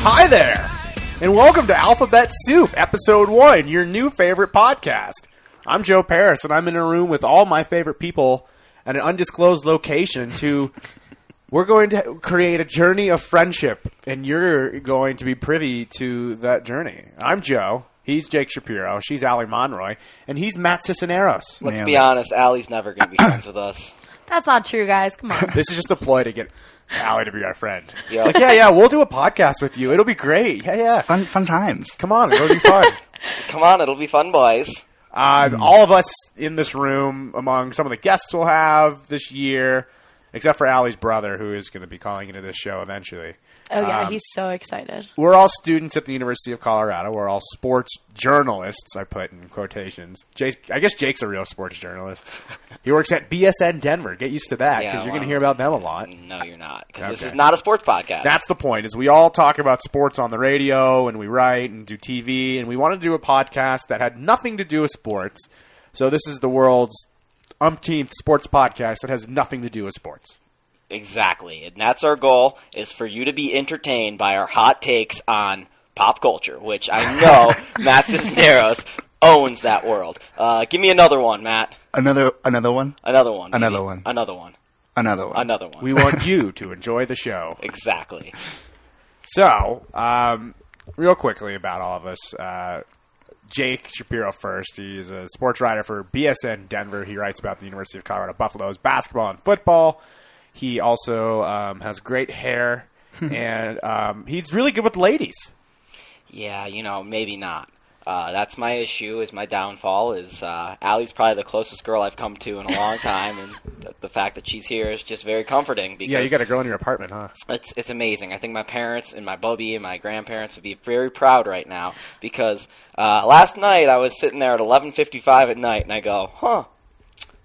Hi there, and welcome to Alphabet Soup, Episode 1, your new favorite podcast. I'm Joe Paris, and I'm in a room with all my favorite people at an undisclosed location to. We're going to create a journey of friendship, and you're going to be privy to that journey. I'm Joe. He's Jake Shapiro. She's Ali Monroy. And he's Matt Cisneros. Let's be honest, Allie's never going to be friends with us. That's not true, guys. Come on. This is just a ploy to get Allie to be our friend. Yeah. Like, yeah, yeah, we'll do a podcast with you. It'll be great. Yeah, yeah. Fun, fun times. Come on, it'll be fun. Come on, it'll be fun, boys. Uh, all of us in this room, among some of the guests we'll have this year, except for Allie's brother, who is going to be calling into this show eventually. Oh yeah, Um, he's so excited. We're all students at the University of Colorado. We're all sports journalists. I put in quotations. Jake, I guess Jake's a real sports journalist. He works at BSN Denver. Get used to that Yeah, because you're going wow. to hear about them a lot. No, you're not, because this Okay. is not a sports podcast. That's the point. Is we all talk about sports on the radio, and we write and do TV, and we wanted to do a podcast that had nothing to do with sports. So this is the world's umpteenth sports podcast that has nothing to do with sports. exactly, and that's our goal: is for you to be entertained by our hot takes on pop culture, which I know Matt Cisneros owns that world. Uh, give me another one, Matt. Another, another one. Another one. Another maybe. one. Another one. Another one. Another one. We want you to enjoy the show. exactly. So, um, real quickly about all of us. Uh, Jake Shapiro first. He's a sports writer for BSN Denver. He writes about the University of Colorado Buffaloes basketball and football. He also um, has great hair, and um, he's really good with ladies. Yeah, you know, maybe not. Uh, that's my issue. Is my downfall is uh, Allie's probably the closest girl I've come to in a long time, and th- the fact that she's here is just very comforting. Because Yeah, you got a girl in your apartment, huh? it's it's amazing. I think my parents and my bubby and my grandparents would be very proud right now because uh, last night I was sitting there at 11:55 at night and I go, "Huh,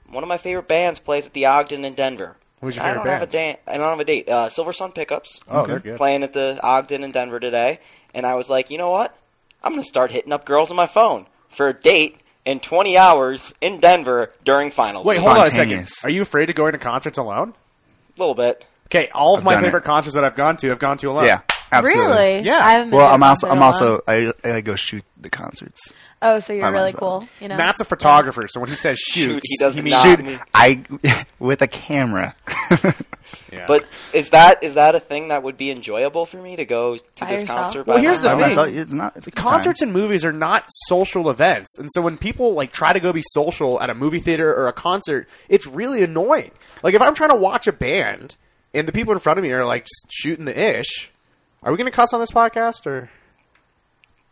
one of my favorite bands plays at the Ogden in Denver." Who's your I favorite don't have a bands? date. I don't have a date. Uh, Silver Sun Pickups. Oh, they're good. Playing at the Ogden in Denver today, and I was like, you know what? I'm gonna start hitting up girls on my phone for a date in 20 hours in Denver during finals. Wait, hold on a second. Spontaneous. Are you afraid to go into concerts alone? a little bit. Okay, all of I've my done it. favorite concerts that I've gone to have gone to alone. Yeah, absolutely. Really? Yeah. I haven't been Well, to a I'm also, concert I'm in a also, while. I, I go shoot the concerts. Oh, so you're by really myself. cool. You know. Matt's a photographer, so when he says Shoot, shoots, he does means not. shoot. mean- I with a camera. Yeah. But is that is that a thing that would be enjoyable for me to go to By this yourself? concert? Well, by here's the By myself? thing. myself, it's not. It's a good concerts time. and movies are not social events and so when people like try to go be social at a movie theater or a concert it's really annoying like if i'm trying to watch a band and the people in front of me are like just shooting the ish are we going to cuss on this podcast or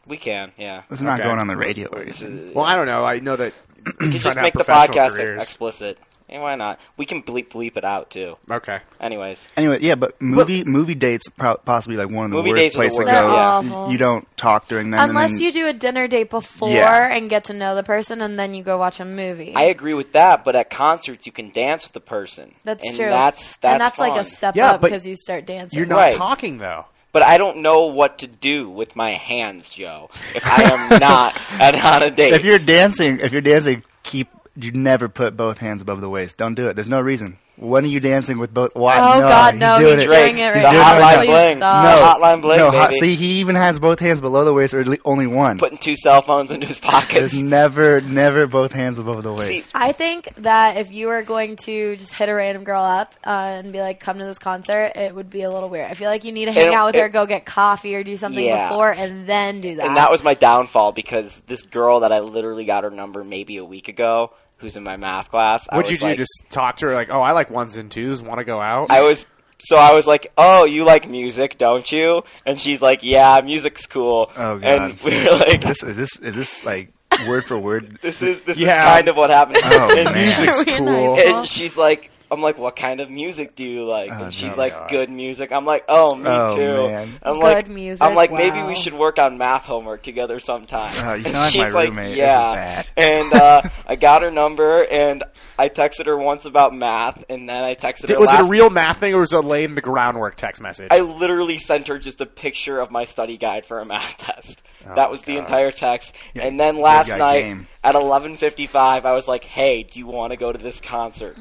We can, yeah. It's not Okay. going on the radio or anything. well i don't know i know that We can trying just to have make the professional podcast careers. explicit. Hey, why not? We can bleep bleep it out too. okay Anyways, Anyway, yeah, but movie movie dates pro- possibly like one of the Movie worst dates are the places to worst. go. They're awful. You don't talk during them. Unless and then, you do a dinner date before Yeah. and get to know the person, and then you go watch a movie. I agree with that, but at concerts you can dance with the person. that's and true. That's that's, and that's like fun. a step Yeah, up but because you start dancing. you're not Right. talking though But I don't know what to do with my hands, Joe. If I am not at on a date, if you're dancing, if you're dancing, keep you never put both hands above the waist. Don't do it. There's no reason. When are you dancing with both? Why? Oh no, God, he's no, doing he's it. doing it He's right doing it now. right Hotline Please bling. stop. No, hotline bling. no, baby. hot- see, he even has both hands below the waist, or at le- only one. putting two cell phones into his pockets. There's never, never both hands above the See, waist. I think that if you were going to just hit a random girl up uh, and be like, "Come to this concert," it would be a little weird. I feel like you need to hang It'll- out with her, it- go get coffee, or do something Yeah. before, and then do that. And that was my downfall because this girl that I literally got her number maybe a week ago, who's in my math class. I what'd was you do like- just talk to her like oh i like ones and twos want to go out I was so I was like, "Oh, you like music, don't you?" And she's like, "Yeah, music's cool." Oh, God. And we were like, "This, this is this is this like word for word? is this Yeah. is kind of what happened." Oh, and, man. music's Really cool nice. and she's like, "I'm like, what kind of music do you like?" Oh, and she's no. like, God. "Good music." I'm like, "Oh, me Oh, too." man. I'm Good like, music, I'm like, maybe wow. we should work on math homework together sometime. Oh, And you sound like my she's roommate. This is Yeah. bad. And uh, I got her number, and I texted her once about math, and then I texted her. was it a last- real math thing or was it a lame the groundwork text message I literally sent her just a picture of my study guide for a math test. that was the entire text. Oh, Yeah, and then you last got night game. at 11:55, I was like, "Hey, do you want to go to this concert?"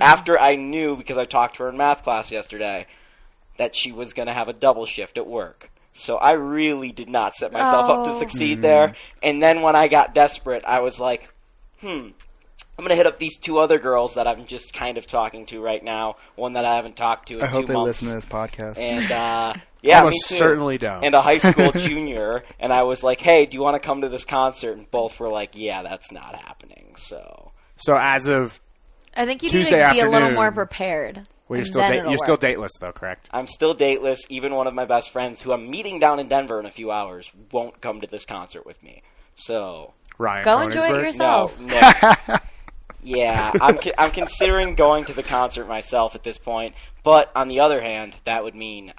After I knew because I talked to her in math class yesterday that she was going to have a double shift at work. So I really did not set myself up Oh. to succeed there. Mm-hmm. And then when I got desperate, I was like, hmm, I'm going to hit up these two other girls that I'm just kind of talking to right now. One that I haven't talked to in I hope two they months. listen to this podcast. And uh, yeah, Almost me too. certainly don't. And a high school junior, and I was like, "Hey, do you want to come to this concert?" And both were like, "Yeah, that's not happening." So So as of I think you Tuesday need to be a little afternoon. more prepared. well, you're and still then da- it'll you're still work. dateless though, correct? I'm still dateless. Even one of my best friends, who I'm meeting down in Denver in a few hours, won't come to this concert with me. So Ryan, Go enjoy it Koenigsberg? yourself. no, no. yeah, I'm con- I'm considering going to the concert myself at this point. But on the other hand, that would mean.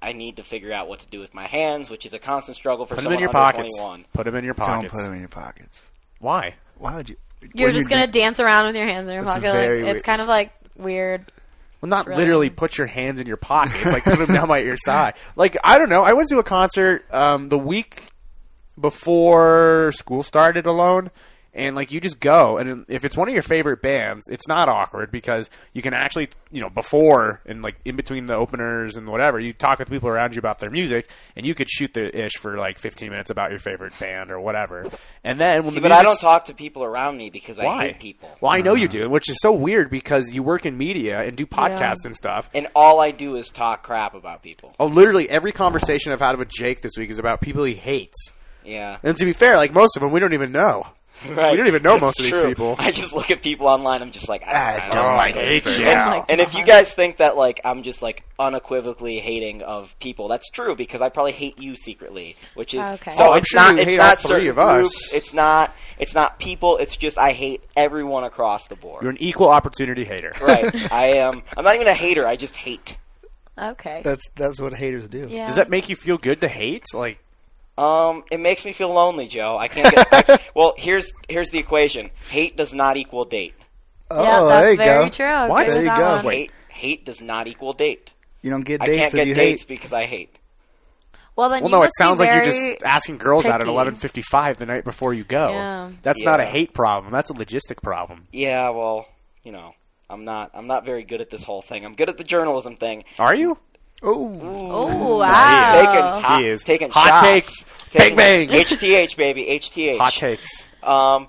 I need to figure out what to do with my hands, which is a constant struggle for Put them someone in your under pockets. 21. Put them in your Don't pockets. put them in your pockets. Why? Why would you? You're when just gonna dance around with your hands in your That's pocket. very Like, it's weird. kind of like weird. Well, not really- literally put your hands in your pockets, like put them down by your side. Like I don't know. I went to a concert um, the week before school started alone, and like you just go. And if it's one of your favorite bands, it's not awkward because you can actually, you know, before and like in between the openers and whatever, you talk with people around you about their music, and you could shoot the ish for like 15 minutes about your favorite band or whatever. And then when See, the but I music's- don't talk to people around me because I why hate people. Well, I know you Uh-huh. do, which is so weird because you work in media and do podcasts and stuff. And all I do is talk crap about people. Oh, literally every conversation I've had with Jake this week is about people he hates. Yeah. And to be fair, like most of them, we don't even know. Right. We don't even know It's most of these true. people. Ah, I just look at people online. I'm just like, I, I don't don't like like those those people. you. Oh my And if you guys think that like I'm just like unequivocally hating of people, that's true because I probably hate you secretly, which is Okay. so Oh, I'm it's sure not you it's hate not all three certain of us. groups, it's not it's not people, it's just I hate everyone across the board. You're an equal opportunity hater. right. I am I'm not even a hater, I just hate. Okay. That's that's what haters do. yeah. Does that make you feel good to hate? Like, Um, it makes me feel lonely, Joe. I can't get. I, well, here's here's the equation. Hate does not equal date. Oh, yeah, there that's you very go. true. I What? agree with There you that go. one. Wait. Hate hate does not equal date. You don't get I dates can't get if you dates hate. because I hate. Well, then well, you no, it must be sounds like you're very- just asking girls out at picky. 11:55 the night before you go. Yeah. That's not a Yeah. hate problem. That's a logistic problem. Yeah, well, you know, I'm not I'm not very good at this whole thing. I'm good at the journalism thing. Are you? Oh, Oh wow! Taking top, He is. taking Hot shots, takes. taking- Bang, bang. HTH baby, HTH. Hot takes. Um,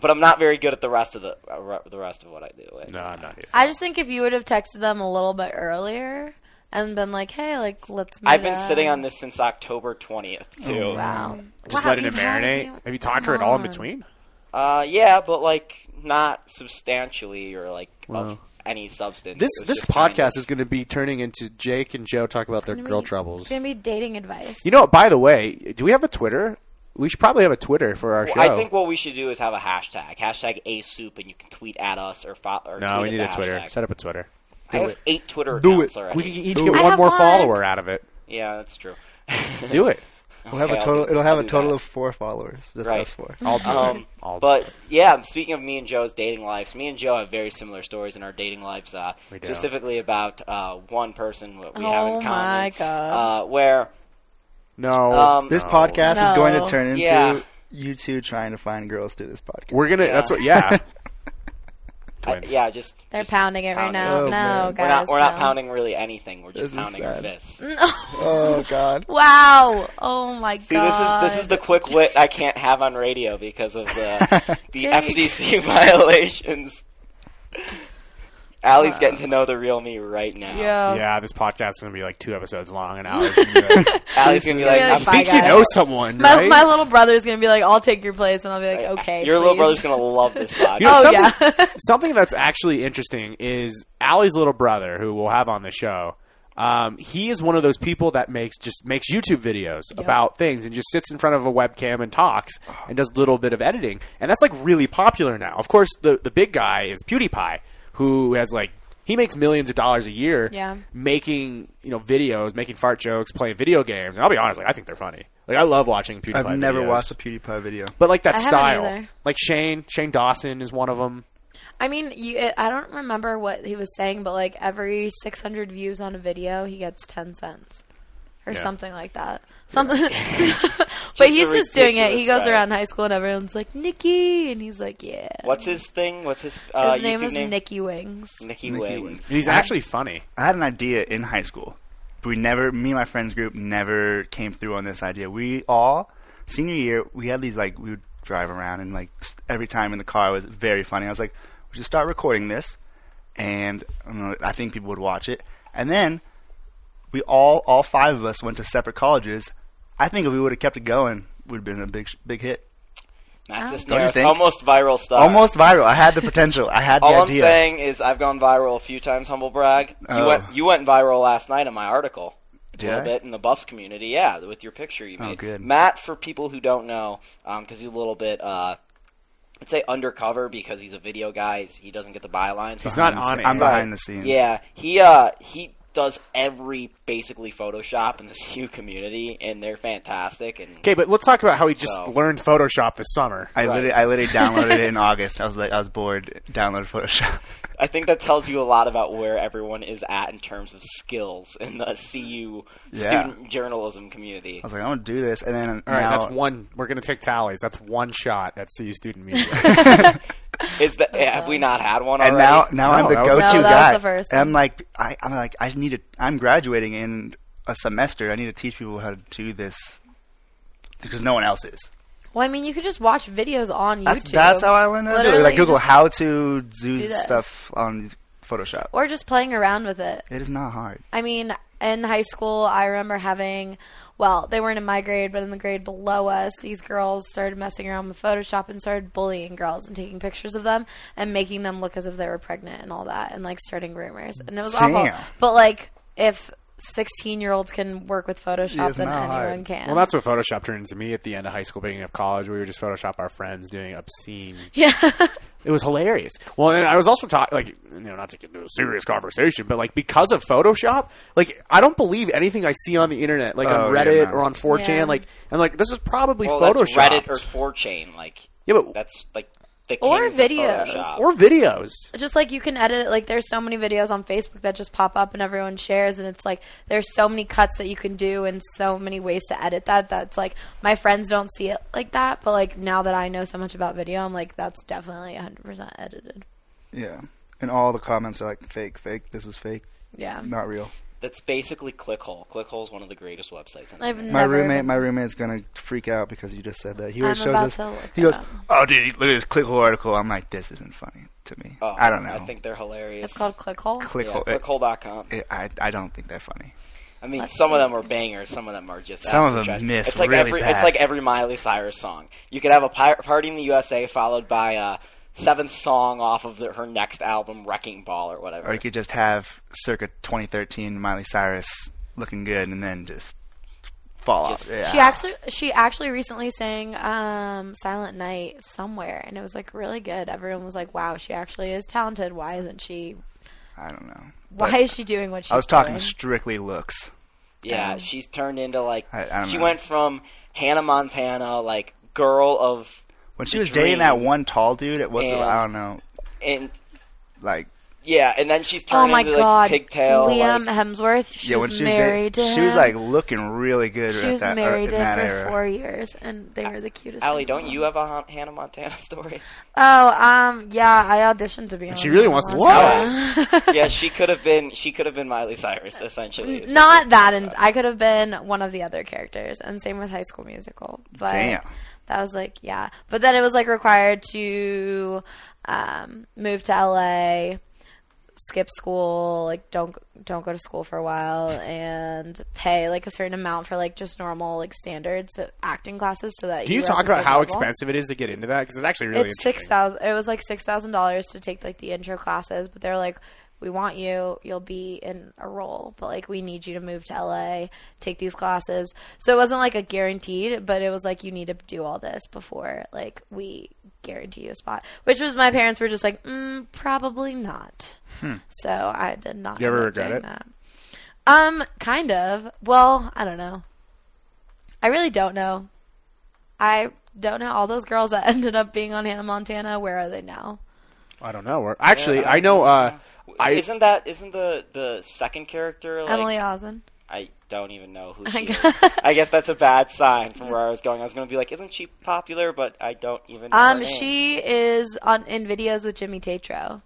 but I'm not very good at the rest of the uh, the rest of what I do. No, I'm not here. I just think if you would have texted them a little bit earlier and been like, "Hey, like let's," Meet I've been up. sitting on this since October 20th too. Wow. Mm. Just Wow, letting it you've had a marinate. few- Have you talked to her at Come all in on. between? Uh, yeah, but like not substantially or like of any substance. This It was this just kind podcast of- is going to be turning into Jake and Joe talk about their girl troubles. It's gonna be dating advice. You know, by the way, do we have a Twitter? We should probably have a Twitter for our show. I think what we should do is have a hashtag, hashtag ASoup, and you can tweet at us or fo- or no, tweet we at need a the Twitter. hashtag. Set up a Twitter. I have eight Twitter Do accounts it. already. We can each Do get it. I one have more one. follower out of it. Yeah, that's true. Do it. we'll have Okay, a I'll total. do- It'll have I'll a do total that. of four followers. Just Right. us four. I'll do it. Um, I'll but yeah, speaking of me and Joe's dating lives, me and Joe have very similar stories in our dating lives. Uh, We do. specifically about uh, one person what we have Oh in common. my God. Uh, where no. um, This No. podcast is going No. to turn into Yeah. you two trying to find girls through this podcast. we're gonna. yeah. That's what. Yeah. I- Twins. yeah, just They're just pounding it pounding right now. Oh, no, man. guys, We're not, we're not no. pounding really anything. We're just This is pounding our sad. fists. oh God. Wow! Oh my See, this god! is this is the quick wit I can't have on radio because of the the Jake. FCC violations. Allie's getting to know the real me right now. Yo. yeah. This podcast is gonna be like two episodes long, and hours. and I Allie's gonna be like, Really I'm Bye, think thinking you guys. know someone, My, right? my little brother's gonna be like, "I'll take your place," and I'll be like, "Okay." Your little please." brother's gonna love this podcast. You know, Oh, something, yeah. something that's actually interesting is Allie's little brother, who we'll have on the show. Um, he is one of those people that makes just makes YouTube videos about things and just sits in front of a webcam and talks and does a little bit of editing, and that's like really popular now. Of course, the the big guy is PewDiePie, who has like he makes millions of dollars a year Yeah. making you know videos, making fart jokes, playing video games. And I'll be honest, like I think they're funny. Like I love watching PewDiePie. I've never videos. watched a PewDiePie video. but like that I haven't style. either. Like Shane, Shane Dawson is one of them. I mean, you, it, I don't remember what he was saying, but like every 600 views on a video, he gets 10 cents or Yeah. something like that. Something. but he's a just doing it. He ridiculous goes guy. around high school and everyone's like Nikki, and he's like, yeah. What's his thing? What's his uh, His name YouTube is name? Nikki Wings. Nikki Nikki Wings. Wings. And he's actually funny. I had an idea in high school But we never, me and my friends group never came through on this idea. We all, senior year, we had these like, we would drive around and like s- every time in the car it was very funny. I was like, we should start recording this. And I, don't know, I think people would watch it. And then we all, all five of us went to separate colleges. I think if we would have kept it going, would have been a big, sh- big hit. Matt Don't you Cisneros, think? almost viral stuff. Almost viral. I had the potential. I had the Uh, All I'm idea. saying is I've gone viral a few times. Humble brag. You Oh. went you went viral last night on my article. Did a little I? bit in the Buffs community, yeah, with your picture you Oh, made. good. Matt, for people who don't know, because he's a little bit, uh, I'd say undercover because he's a video guy. He's, he doesn't get the bylines. He's not I'm on s- it. I'm Right. behind the scenes. Yeah, he uh he does every basically Photoshop in the CU community, and they're fantastic. And Okay, but let's talk about how he just So- learned Photoshop this summer. I Right. literally, I literally downloaded it in August. I was like, I was bored. Downloaded Photoshop. I think that tells you a lot about where everyone is at in terms of skills in the CU Yeah. student journalism community. I was like, I'm gonna do this, and then All right, now, that's one. We're going to take tallies. That's one shot at CU Student Media. Is that have we not had one already? and now, now No, I'm the that was- go-to No, that was guy. the first And I'm one. like, I, I'm like, I need to. I'm graduating in a semester. I need to teach people how to do this because no one else is. Well, I mean, you could just watch videos on That's YouTube. that's how I learned how to do it. Literally, Like Google just- how to do, do this. stuff on Photoshop. or just playing around with it. It is not hard. I mean, in high school, I remember having, well, they weren't in my grade, but in the grade below us, these girls started messing around with Photoshop and started bullying girls and taking pictures of them and making them look as if they were pregnant and all that and like starting rumors. And it was awful. Damn. But like, if 16 year olds can work with Photoshop, It's then not anyone hard. can. well, that's what Photoshop turned into me at the end of high school, beginning of college. We would just Photoshop our friends doing obscene. yeah. It was hilarious. Well, and I was also taught, like, you know, not to get into a serious conversation, but like because of Photoshop, like I don't believe anything I see on the internet, like Oh, on yeah, Reddit no. or on 4chan. Yeah. Like, I'm like, this is probably well, that's Photoshop Reddit or 4chan. Like yeah, but that's like the kings Or of videos. Photoshop. or videos. just like you can edit it like there's so many videos on facebook that just pop up and everyone shares and it's like there's so many cuts that you can do and so many ways to edit that that's like my friends don't see it like that but like now that i know so much about video i'm like that's definitely 100% edited Yeah, and all the comments are like fake, fake. This is fake, yeah not real. that's basically Clickhole. Clickhole is one of the greatest websites. In the I've internet. My never roommate, been- my roommate's gonna freak out because you just said that. He I'm always shows about us. to look He it goes, up. "Oh, dude, look at this clickhole article." I'm like, "This isn't funny to me. Oh, I don't know." I think they're hilarious. it's called clickhole clickhole. Yeah, it- clickhole.com. it- I I don't think they're funny. I mean, Let's some of see. them are bangers. Some of them are just Some absolute of them trash. miss It's like really every bad. it's like every Miley Cyrus song. You could have a pi- party in the USA followed by a seventh song off of the, her next album, Wrecking Ball or whatever. Or you could just have circa 2013 Miley Cyrus looking good, and then just fall Just- off. Yeah. she actually she actually recently sang um, silent night somewhere and it was like really good everyone was like wow she actually is talented why isn't she I don't know. why But is she doing what she's I was talking doing? strictly looks. Yeah, she's turned into like I- I don't she know. went from Hannah Montana, like girl of When she The was dating that dream. one tall dude, it was And- I don't know, and like yeah, and then she's Oh turned my into god, like this pigtail. Liam like, Hemsworth. She yeah. When was she was married dating, to she was him. like looking really good. she at was that, or married in to him that for era. four years, and they were the cutest. Allie, thing don't ever. you have a Han- Hannah Montana story? Oh, um, yeah, I auditioned to be. on she really Hannah wants to Montana. yeah, she could have been. She could have been Miley Cyrus, essentially. is what Not it- that, and I could have been one of the other characters, and same with High School Musical. But Damn. that was like, yeah. But then it was like required to um, move to LA, skip school, like don't don't go to school for a while, and pay like a certain amount for like just normal like standards uh, acting classes, so that Can you you were talk at the about same how level. expensive it is to get into that? Because it's actually really It's six interesting. thousand. It was like six thousand dollars to take like the intro classes, but they're like, we want you. You'll be in a role, but like we need you to move to LA, take these classes. So it wasn't like a guaranteed, but it was like you need to do all this before like we guarantee you a spot. Which was my parents were just like, mm, probably not. So I did not. You ever end up regret doing it? That. Um, kind of. Well, I don't know. I really don't know. I don't know. All those girls that ended up being on Hannah Montana, where are they now? I don't know. Or- Actually, Yeah, I know. Uh, I isn't that isn't the the second character like, Emily Osmond. I don't even know who I she is. got- I guess that's a bad sign from where I was going. I was going to be like, isn't she popular? But I don't even. know her Um, name. she is on in videos with Jimmy Tatro.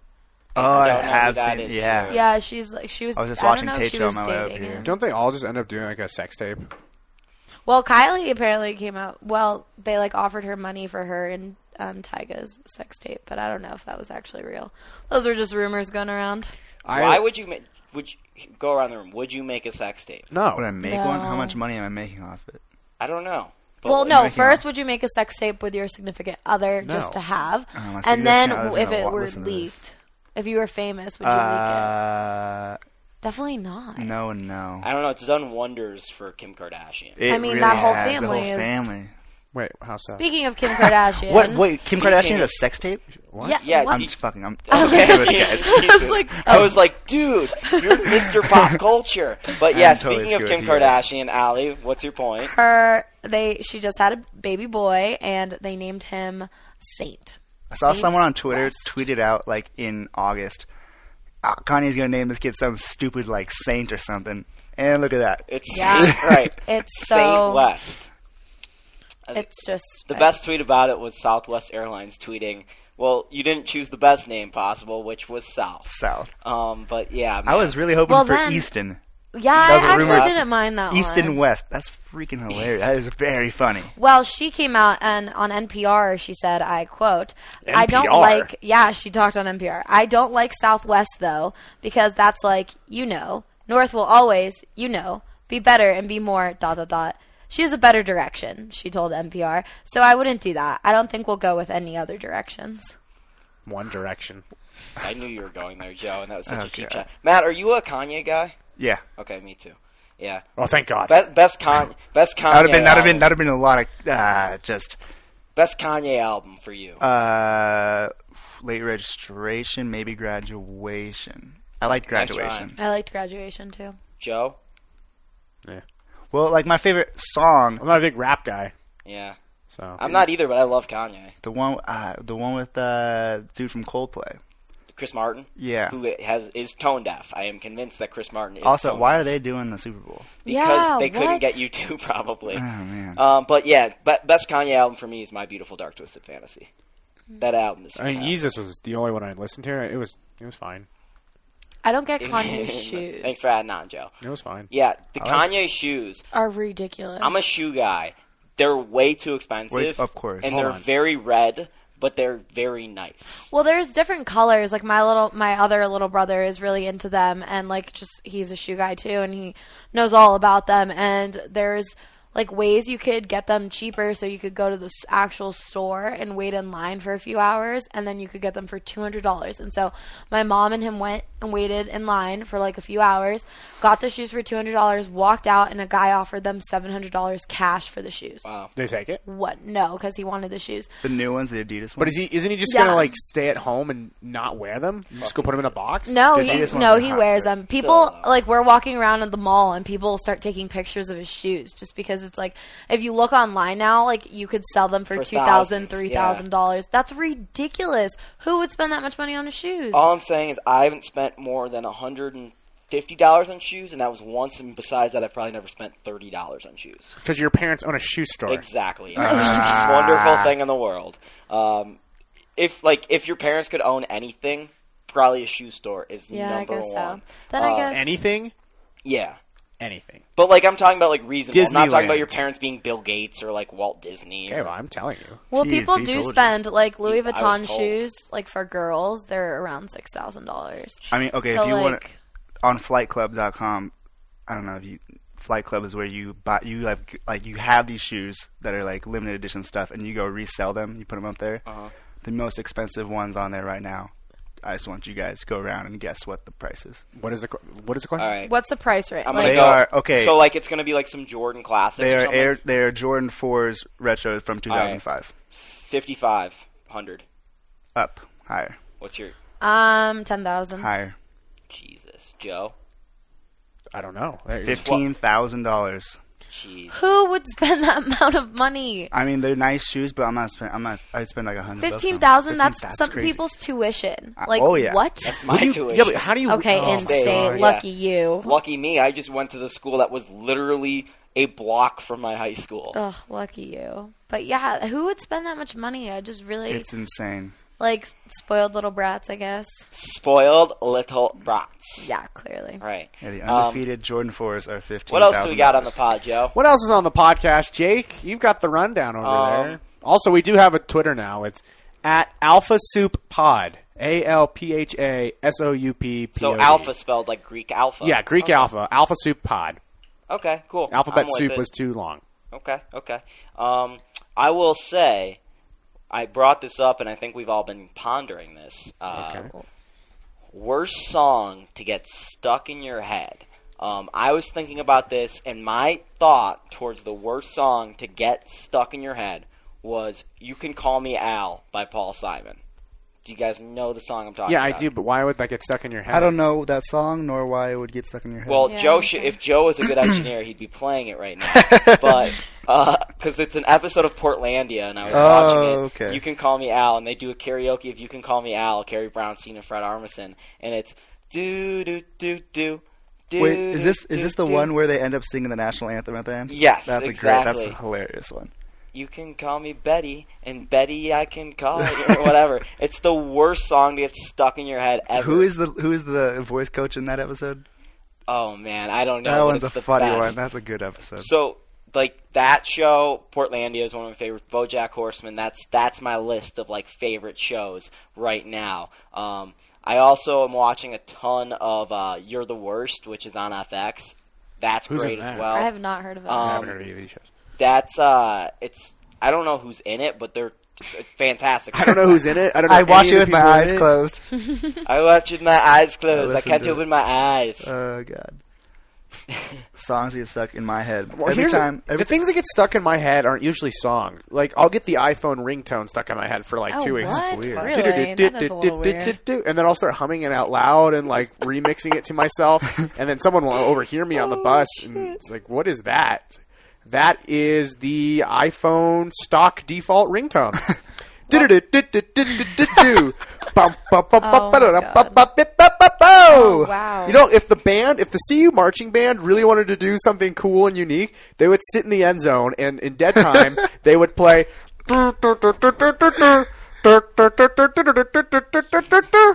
Oh, I I don't know who have that seen. is. Yeah. Yeah, she's like she was. I was just don't watching know if Tate she Show was on my way up dating. here. him. Don't they all just end up doing like a sex tape? Well, Kylie apparently came out. Well, they like offered her money for her and um, Tyga's sex tape, but I don't know if that was actually real. Those were just rumors going around. I Why would you make? Would you go around the room? Would you make a sex tape? no. Would I make one? How No. much money am I making off it? I don't know. But Well, like- no. making First, would you make a sex tape with your significant other No. just to have, Oh, my and then significant other's if gonna it wa- were listen to this. leaked, if you were famous, would you leak Uh, it? Definitely not. no, and no. I don't know. It's done wonders for Kim Kardashian. It I mean, really that whole has, the family whole is- family. Wait, how so? Speaking of Kim Kardashian, What? Wait, Kim Kardashian Speaking- is a sex tape? What? Yeah, Oh, Yeah, what? I'm Oh. He- fucking. I'm. Okay. I'm with you guys. I was like, uh, I was like, dude, you're Mr. Pop Culture. But yeah, I'm totally speaking of screwed. Kim He is. Kardashian, Ali, what's your point? her they she just had a baby boy and they named him Saint. I saw Saint someone on Twitter West. tweeted out like in August, "Ah, Kanye's gonna name this kid some stupid like saint or something. And look at that. It's Yeah. Saint- right. It's Saint so West. Uh, it's just The best tweet about it was Southwest Airlines tweeting, "Well, you didn't choose the best name possible, which was South." South. Um, but yeah, I man. was really hoping Well, for then- Easton. uh, Yeah, That was a I rumor. actually didn't mind that East one. and West. That's freaking hilarious. That is very funny. Well, she came out and on NPR she said, I quote, I don't NPR? like yeah, she talked on NPR. I don't like Southwest though, because that's like, you know, North will always, you know, be better and be more dot dot dot. She has a better direction, she told NPR. So I wouldn't do that. I don't think we'll go with any other directions. One Direction. I knew you were going there, Joe, and that was such a cheap Okay. shot. Matt, are you a Kanye guy? Yeah. Okay, me too. Yeah, Oh, thank God. best best con best Kanye. That would have been. That would have been. album. That would have been a lot of uh, just best Kanye album for you. uh, late registration, maybe graduation. I like Nice graduation. rhyme. I liked graduation too. Joe. Yeah. well, like my favorite song, I'm not a big rap guy, Yeah, so I'm not either, but I love Kanye. the one, uh, the one with uh, dude from Coldplay. Chris Martin. Yeah. Who has is tone deaf? I am convinced that Chris Martin is. Also, tone why deaf. are they doing the Super Bowl? because Yeah, they couldn't what? get you two probably. Oh man. Um, but yeah, be- best Kanye album for me is My Beautiful Dark Twisted Fantasy. Mm. That album is. I mean, fantastic. Yeezus was the only one I listened to. It was it was fine. I don't get Kanye's shoes. Thanks for adding on, Joe. It was fine. Yeah, the like Kanye shoes. Are ridiculous. I'm a shoe guy. They're way too expensive. Wait, of course. And Hold they're on. very red, but they're very nice. Well, there's different colors. Like my little, my other little brother is really into them, and like just he's a shoe guy too, and he knows all about them. And there's like ways you could get them cheaper, so you could go to the s- actual store and wait in line for a few hours, and then you could get them for two hundred dollars. And so my mom and him went and waited in line for like a few hours, got the shoes for two hundred dollars, walked out, and a guy offered them seven hundred dollars cash for the shoes. Wow. They take it. What? No, because he wanted the shoes. The new ones, the Adidas ones. But is he? Isn't he just Yeah. gonna like stay at home and not wear them? You just go put them in a box. No, Did he, they just want no, to he hide wears it? them. People Still, uh, like we're walking around in the mall and people start taking pictures of his shoes just because it's like if you look online now, like you could sell them for, For two thousand, thousands, three yeah. thousand dollars. That's ridiculous. Who would spend that much money on his shoes? All I'm saying is I haven't spent more than hundred and fifty dollars on shoes, and that was once. And besides that, I've probably never spent thirty dollars on shoes. because your parents own a shoe store. Exactly. It's Ah. the wonderful thing in the world. Um, if like if your parents could own anything, probably a shoe store is yeah, I number guess one. so. Then I Uh, guess Anything, Yeah. anything. But like I'm talking about like reasonable. I'm not talking about Disneyland. your parents being Bill Gates or like Walt Disney. Okay, or- well, I'm telling you. well, Jeez, people he do told you. spend like Louis I was Vuitton told. shoes, like for girls, they're around six thousand dollars. I mean, okay, So, if you want like- on flightclub.com, I don't know if you Flight Club is where you buy you have like you have these shoes that are like limited edition stuff and you go resell them, you put them up there. Uh-huh. The most expensive ones on there right now. I just want you guys to go around and guess what the price is. What is the que- what is the question? All right. What's the price rate? I'm Like, gonna They go. are- okay. So like it's gonna be like some Jordan classics. They or are something. Air, they are Jordan 4s retros from 2005. fifty-five hundred. Up, higher, What's your um, ten thousand. higher. Jesus, Joe? I don't know. There you go. $15,000. Jeez. Who would spend that amount of money? I mean, they're nice shoes, but I'm not spend I'm not I spend like a 100 bucks on Fifteen them. thousand. That's, 15,000 's some crazy. people's tuition. Uh, Like oh, yeah. what? My What do you, tuition. yeah, but how do you? okay, oh, in my state, state. God. yeah. Lucky you. Lucky me, I just went to the school that was literally a block from my high school. Ugh, lucky you. But yeah, who would spend that much money? I just really It's insane. Like spoiled little brats, I guess. Spoiled little brats. Yeah, clearly. Right. Yeah, the Um, undefeated Jordan Fours are fifteen. what else do we got on the pod, Joe? What else is on the podcast, Jake? You've got the rundown over Um, there. Also, we do have a Twitter now. It's at Alpha Soup Pod. A L P H A S O U P P. So O D. alpha spelled like Greek alpha. Yeah, Greek Okay. Alpha. Alpha Soup Pod. Okay, cool. Alphabet I'm with Soup it. was too long. Okay, okay. Um, I will say, I brought this up, and I think we've all been pondering this. Uh, Okay. Worst song to get stuck in your head. Um, I was thinking about this, and my thought towards the worst song to get stuck in your head was "You Can Call Me Al" by Paul Simon. Do you guys know the song I'm talking Yeah, I about? do, but why would that get stuck in your head? I don't know that song nor why it would get stuck in your head. Well, Yeah, Joe, okay. should, if Joe was a good engineer, he'd be playing it right now. But because it's an episode of Portlandia, and I was Oh, watching it. okay. You can call me Al, and they do a karaoke of "You Can Call Me Al," Carrie Brown, Cena, Fred Armisen, and it's do do do do. do, Wait, is this do, is this the do. one where they end up singing the national anthem at the end? Yes, that's a great, exactly. that's a hilarious one. you can call me Betty, and Betty I can call you, or whatever? It's the worst song to get stuck in your head ever. Who is the who is the voice coach in that episode? Oh man, I don't know. That but one's a it's the funny best. one. That's a good episode. So like that show, Portlandia is one of my favorites. BoJack Horseman. That's that's my list of like favorite shows right now. Um, I also am watching a ton of uh, You're the Worst, which is on FX. That's Who's in great as that? well. I have not heard of it. I Um, haven't heard of any of these shows. that's uh, it's I don't know who's in it, but they're it's fantastic. I don't know who's in it. I don't. Know I watched any it of the with people in my eyes it. closed. I watch with my eyes closed. I, listened can't to it. open my eyes. Uh, Oh god. Songs that get stuck in my head Well, every here's the- time. the every things that get stuck in my head aren't usually songs. Like I'll get the iPhone ringtone stuck in my head for like oh, two weeks. what? weird. Really? That is a little weird. and then I'll start humming it out loud and like remixing it to myself, and then someone will overhear me on Oh, the bus, and it's like, "What is that?" It's like, That is the iPhone stock default ringtone. Do-do-do-do-do-do-do-do. Bum, bum, bum, bum, Oh, my ba-da-da, God. bum, bum, bip, bum, bum, bo. Oh, wow. You know, if the band, if the CU marching band really wanted to do something cool and unique, they would sit in the end zone and in dead time they would play.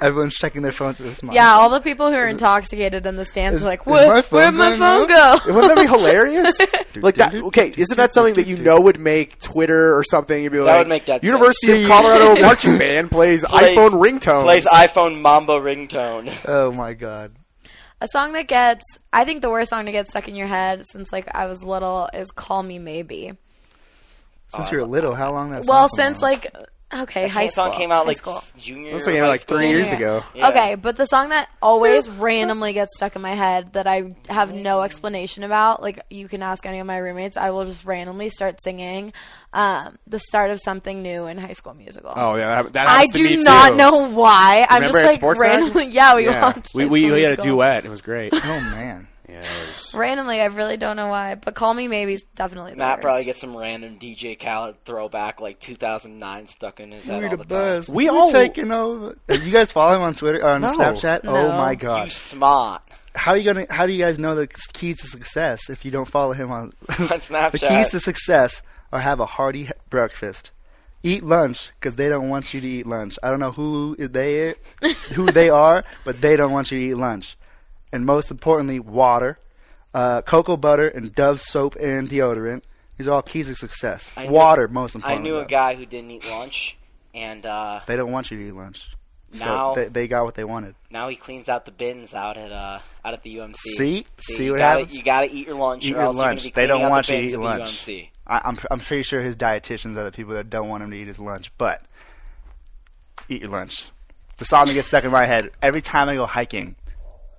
everyone's checking their phones at this moment. Yeah, all the people who are intoxicated in the stands is- are like, is "What? my phone Where'd my going phone off?" go?" Wouldn't that be hilarious? Like that? Okay, isn't that something that you know would make Twitter or something? You'd be like, would make Dead Space. University of Colorado marching band plays, Plays- iPhone ringtones. Plays iPhone Mambo ringtone. Oh my god. A song that gets, I think, the worst song to get stuck in your head since like I was little is "Call Me Maybe." Since you were little, how long that? Well, song been since on? like okay, high That school. song came out high like school. s- junior. This thing came high out like school. three years Yeah. ago. Yeah. Okay, but the song that always randomly gets stuck in my head that I have no explanation about, like you can ask any of my roommates, I will just randomly start singing um, the start of something new in High School Musical. Oh yeah, that, that I happens to do me, not too. know why. Remember I'm at just like sports randomly. night? Yeah, we yeah. watched. We High we, School we had a Musical. duet. It was great. Oh man. Yeah, it was. Randomly, I really don't know why, but "Call Me Maybe's" definitely the Matt worst. probably gets some random DJ Khaled throwback like 2009 stuck in his head We're all the the time. buzz. We We're all- taking over. You guys follow him on Twitter on No. Snapchat? Oh No. my You god! smart. How are you gonna? How do you guys know the keys to success if you don't follow him on, Snapchat. The keys to success are have a hearty he- breakfast, eat lunch because they don't want you to eat lunch. I don't know who they who they are, but they don't want you to eat lunch. And most importantly, water, uh, cocoa butter, and Dove soap and deodorant. These are all keys to success. I knew- water, I most importantly. knew a though. guy who didn't eat lunch, and uh, They don't want you to eat lunch. Now- so they, they got what they wanted. now he cleans out the bins out at uh, out at the UMC. See? See you what gotta, happens? You gotta eat your lunch. Eat or your else you're gonna lunch. be They don't cleaning out want the you to bins eat at the lunch. UMC. I, I'm I'm pretty sure his dietitians are the people that don't want him to eat his lunch. But eat your lunch. The song that gets stuck in my head every time I go hiking.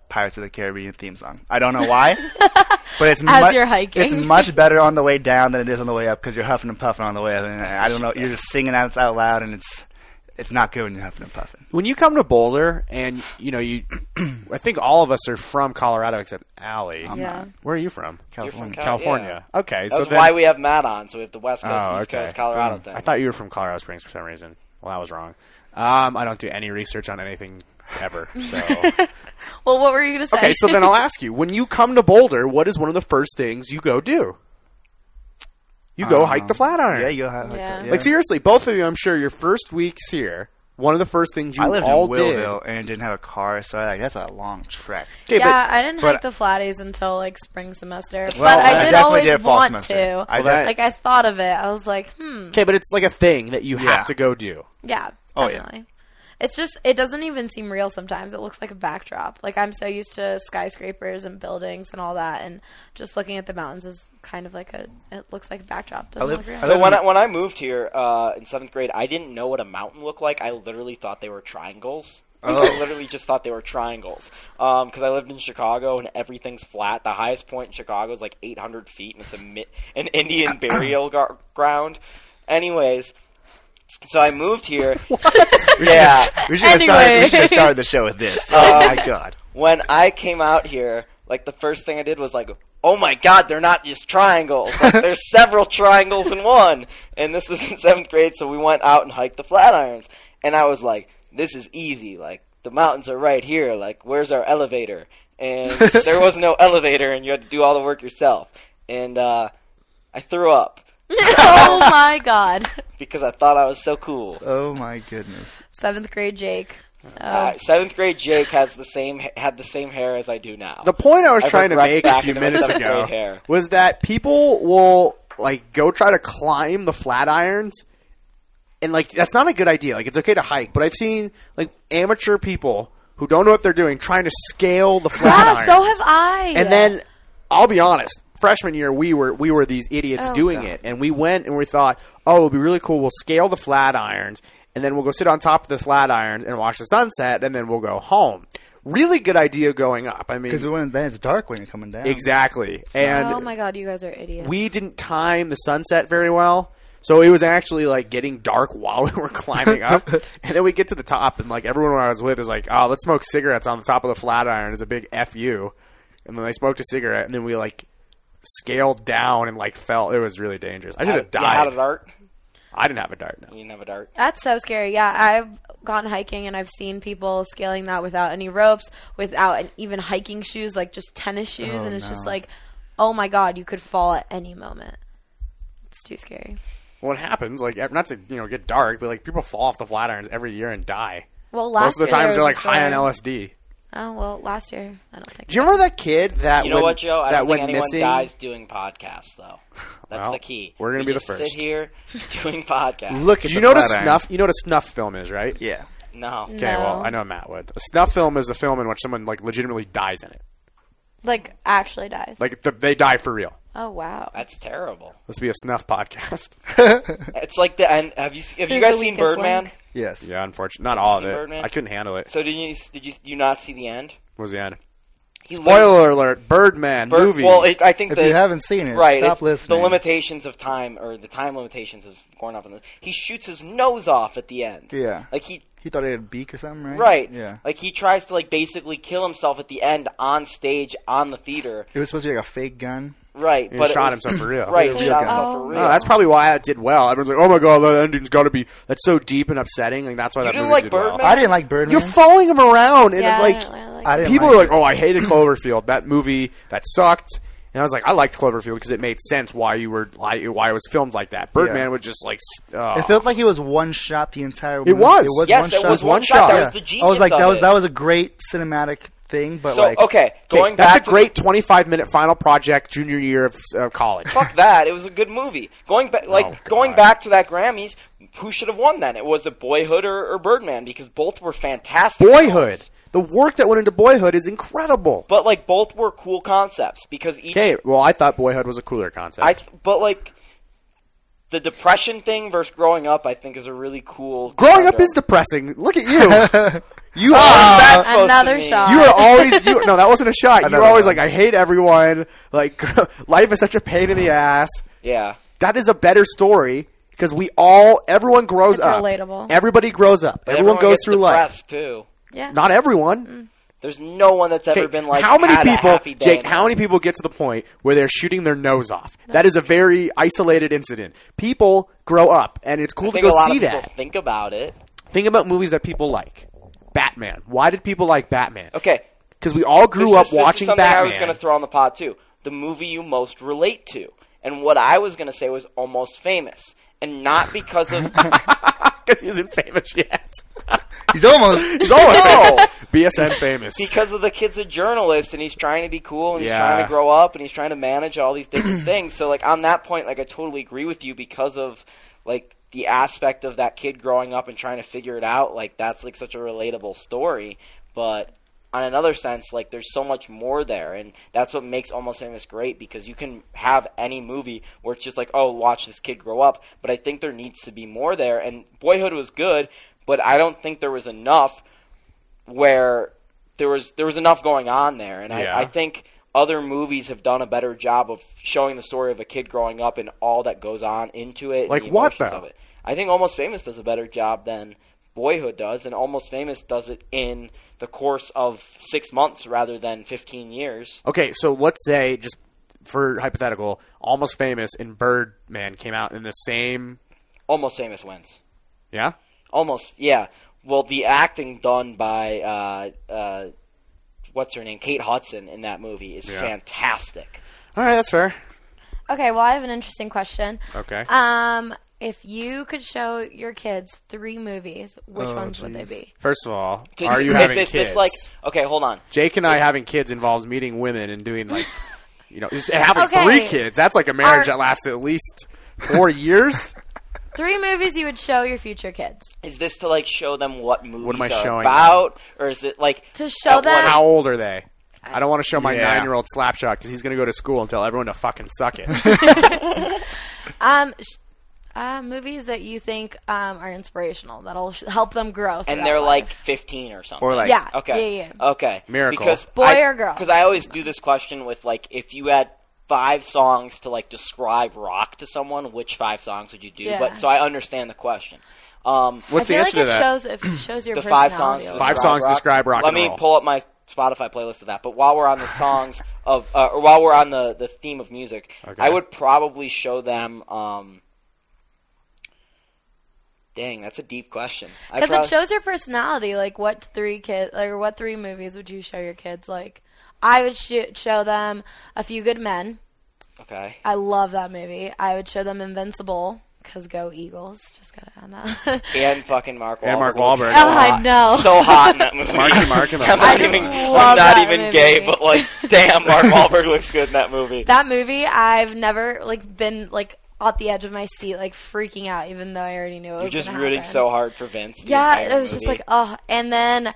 Pirates of the Caribbean theme song. I don't know why, but it's As mu- you're hiking. It's much better on the way down than it is on the way up because you're huffing and puffing on the way up. And I don't know. You're just singing out out loud, and it's it's not good when you're huffing and puffing. when you come to Boulder, and you know, you, I think all of us are from Colorado except Allie. Yeah. Where are you from? California. Cal- California. Okay, so That's then, why we have Matt on. So we have the West Coast, Oh, East okay. Coast, Colorado Boom. thing. I thought you were from Colorado Springs for some reason. Well, I was wrong. Um, I don't do any research on anything ever. So Well, what were you gonna say? okay, so then I'll ask you: When you come to Boulder, what is one of the first things you go do? You go hike the Flatiron. Yeah, you go hi- hike. Yeah. the- yeah. Like seriously, both of you, I'm sure your first weeks here one of the first things you I lived all in did. Willville and didn't have a car, so I, like that's a long trek. Okay, but- yeah, I didn't but- hike the flatties until like spring semester, Well, but I I did definitely always did fall want semester. to. I Well, did- that- like I thought of it. I was like, hmm, Okay, but it's like a thing that you Yeah. have to go do. yeah, Oh, yeah. definitely. It's just it doesn't even seem real sometimes. It looks like a backdrop. Like I'm so used to skyscrapers and buildings and all that, and just looking at the mountains is kind of like a it looks like a backdrop. Doesn't live- look real. I So live when in- I, when I moved here uh, in seventh grade, I didn't know what a mountain looked like. I literally thought they were triangles. I literally just thought they were triangles because I lived in Chicago and everything's flat. The highest point in Chicago is like 800 feet, and it's a mi- an Indian burial gar- ground. Anyways, so I moved here. Yeah, We should have started, Anyway. we should have started the show with this. Oh my god. when I came out here, like the first thing I did was like, "Oh my God, they're not just triangles. Like, there's several triangles in one." And this was in seventh grade, so we went out and hiked the Flatirons, and I was like, "This is easy. Like the mountains are right here. Like where's our elevator?" And there was no elevator, and you had to do all the work yourself. And uh, I threw up oh my god, because I thought I was so cool. Oh my goodness. seventh grade Jake. Oh, Uh, seventh grade Jake has the same had the same hair as I do now. The point I was I trying to regret make a back few into my minutes seventh grade ago hair. was that people will like go try to climb the flat irons and like that's not a good idea. Like it's okay to hike, but I've seen like amateur people who don't know what they're doing trying to scale the flat yeah, irons. Ah, so have I. And then I'll be honest, freshman year we were we were these idiots Oh, doing God. it, and we went and we thought, oh, it'll be really cool. We'll scale the flat irons, and then we'll go sit on top of the flat irons and watch the sunset, and then we'll go home. Really good idea going up. I mean, Because when then it's dark when you're coming down. exactly. And oh my god, you guys are idiots. we didn't time the sunset very well. So it was actually like getting dark while we were climbing up, and then we get to the top, and like everyone I was with is like, "Oh, let's smoke cigarettes on the top of the Flatiron." Is a big fu, and then I smoked a cigarette, and then we like scaled down and like fell. It was really dangerous. I should have You had a died. dart. I didn't have a dart. No. You didn't have a dart. That's so scary. Yeah, I've gone hiking and I've seen people scaling that without any ropes, without an, even hiking shoes, like just tennis shoes, Oh, and it's just no. like, oh my god, you could fall at any moment. It's too scary. Well, it happens. Like eh, not to you know get dark, but like people fall off the Flatirons every year and die. Well, Most of the last year there times they're was like a high on story. LSD. Oh well, last year I don't think. Do you remember that kid that You know went- what, Joe? I that don't think went anyone missing? dies doing podcasts, though. That's Well, the key. we're gonna We be the just first. Sit here doing podcasts. Look, at you the know what a Flatirons. snuff. You know what a snuff film is, right? Yeah. No, Okay, well, No. I know Matt would. A snuff film is a film in which someone like legitimately dies in it. like actually dies. Like th they die for real. oh wow, that's terrible. This would be a snuff podcast. It's like the and have you have you Who's guys the seen weakest Birdman? link? Yes. yeah, unfortunately, not all of seen it. Birdman? I couldn't handle it. So did you did you you not see the end? What was the end? He literally- Spoiler alert: Birdman Bird- movie. Well, it, I think If the, you haven't seen it, right, stop it's listening. The limitations of time or the time limitations of going off on the he shoots his nose off at the end. Yeah. like he He thought he had a beak or something, right? right Yeah. like he tries to like basically kill himself at the end on stage on the theater. It was supposed to be like a fake gun. Right, He but it shot was- himself for real. Right, he Real shot guy. himself for Oh. real. No, that's probably why it did well. Everyone's like, "Oh my god, that ending's got to be that's so deep and upsetting." Like that's why that didn't movie like did Birdman? well. I didn't like Birdman. You're following him around, and yeah, it's I like don't really like I it. didn't people like are like, it. "Oh, I hated Cloverfield. That movie that sucked." And I was like, "I liked Cloverfield because it made sense why you were why, why it was filmed like that." Birdman Yeah. was just like, s- uh, It felt like it was one shot the entire. It was. It was Yes, one it shot. was one shot. That Yeah. was the I was genius like, of that was it. that was a great cinematic thing, but So like, okay, going that's back a great 25 minute final project junior year of uh, college. to, fuck that. It was a good movie. Going back, like Oh, God. going back to that Grammys, who should have won then? It was a Boyhood or, or Birdman because both were fantastic. Boyhood. films. The work that went into Boyhood is incredible. but like both were cool concepts because each. Okay, well, I thought Boyhood was a cooler concept. I but like the depression thing versus growing up, I think is a really cool. Growing up genre. is depressing. Look at you. You are. That's supposed to Another mean- shot. You were always you. No, that wasn't a shot. You were Another always one. like, I hate everyone. Like, life is such a pain in the ass. Yeah. That is a better story because we all, everyone grows It's up. relatable. Everybody grows up. But everyone, goes gets through life. depressed, too. yeah. Not everyone. Mm. There's no one that's ever Okay, been like how many had a people, happy day Jake? in How many people get to the point where they're shooting their nose off? That is a very isolated incident. People grow up, and it's cool I to think a go lot see of people that. think about it. Think about movies that people like. Batman. Why did people like Batman? Okay, Because we all grew This up is- this watching is something Batman. I was going to throw on the pod too. The movie you most relate to, and what I was going to say was almost famous, and not because of 'Cause he isn't famous yet. He's almost. He's always No. famous. BSN famous. because of the kid's a journalist and he's trying to be cool and he's Yeah. trying to grow up and he's trying to manage all these different things. So like on that point, like I totally agree with you because of like the aspect of that kid growing up and trying to figure it out. Like that's like such a relatable story, but. On another sense, like there's so much more there, and that's what makes Almost Famous great because you can have any movie where it's just like, oh, watch this kid grow up. But I think there needs to be more there, and Boyhood was good, but I don't think there was enough where there was there was enough going on there, and Yeah. I, I think other movies have done a better job of showing the story of a kid growing up and all that goes on into it. and Like the what, emotions though? Of it. I think Almost Famous does a better job than Boyhood does, and Almost Famous does it in the course of six months rather than fifteen years. Okay, so let's say just for hypothetical, Almost Famous and Birdman came out in the same. Almost Famous wins. Yeah. Almost, yeah. Well, the acting done by uh, uh, what's her name, Kate Hudson, in that movie is Yeah. fantastic. All right, that's fair. Okay, well, I have an interesting question. Okay. Um, if you could show your kids three movies, which Oh, ones would they jeez. be? First of all, Did- are you is having this, kids? This like, okay, hold on. Jake and I having kids involves meeting women and doing like, you know, just having Okay. three kids. That's like a marriage Are- that lasted at least four years. Three movies you would show your future kids. Is this to like show them what movies am I are showing about, or is it like To show at them- what- How old are they? I don't want to show my Yeah. nine-year-old Slapshot because he's going to go to school and tell everyone to fucking suck it. Um, sh- uh, movies that you think um, are inspirational that'll sh- help them grow. and throughout they're like life. 15 or something. Or like, yeah, okay, Uh, yeah, yeah. okay, Miracle. Because Boy I- or girl? Because I always do this question with like, if you had five songs to like describe rock to someone, which five songs would you do? Yeah. But so I understand the question. Um, What's I the answer feel like to it that? shows if it shows your the five songs. personality to a lot. Five describe songs rock. describe rock Let and me roll. pull up my Spotify playlist of that. But while we're on the songs of, uh, or while we're on the the theme of music, Okay. I would probably show them. Um, dang, that's a deep question. I Because prob- it shows your personality. Like, what three kids, like, or what three movies would you show your kids? Like, I would sh- show them A Few Good Men. Okay. I love that movie. I would show them Invincible. Cause go Eagles. Just gotta add that. And fucking Mark Wahlberg. And Mark Wahlberg. So Oh, I hot. know. So hot in that movie. Marky Mark in that I'm movie. I not just even, love I'm that not even movie. gay, but like, damn, Mark Wahlberg looks good in that movie. that movie, I've never like been like at the edge of my seat, like freaking out, even though I already knew it You're was just gonna rooting happen. so hard for Vince. the Yeah, entire it was just movie. like oh, and then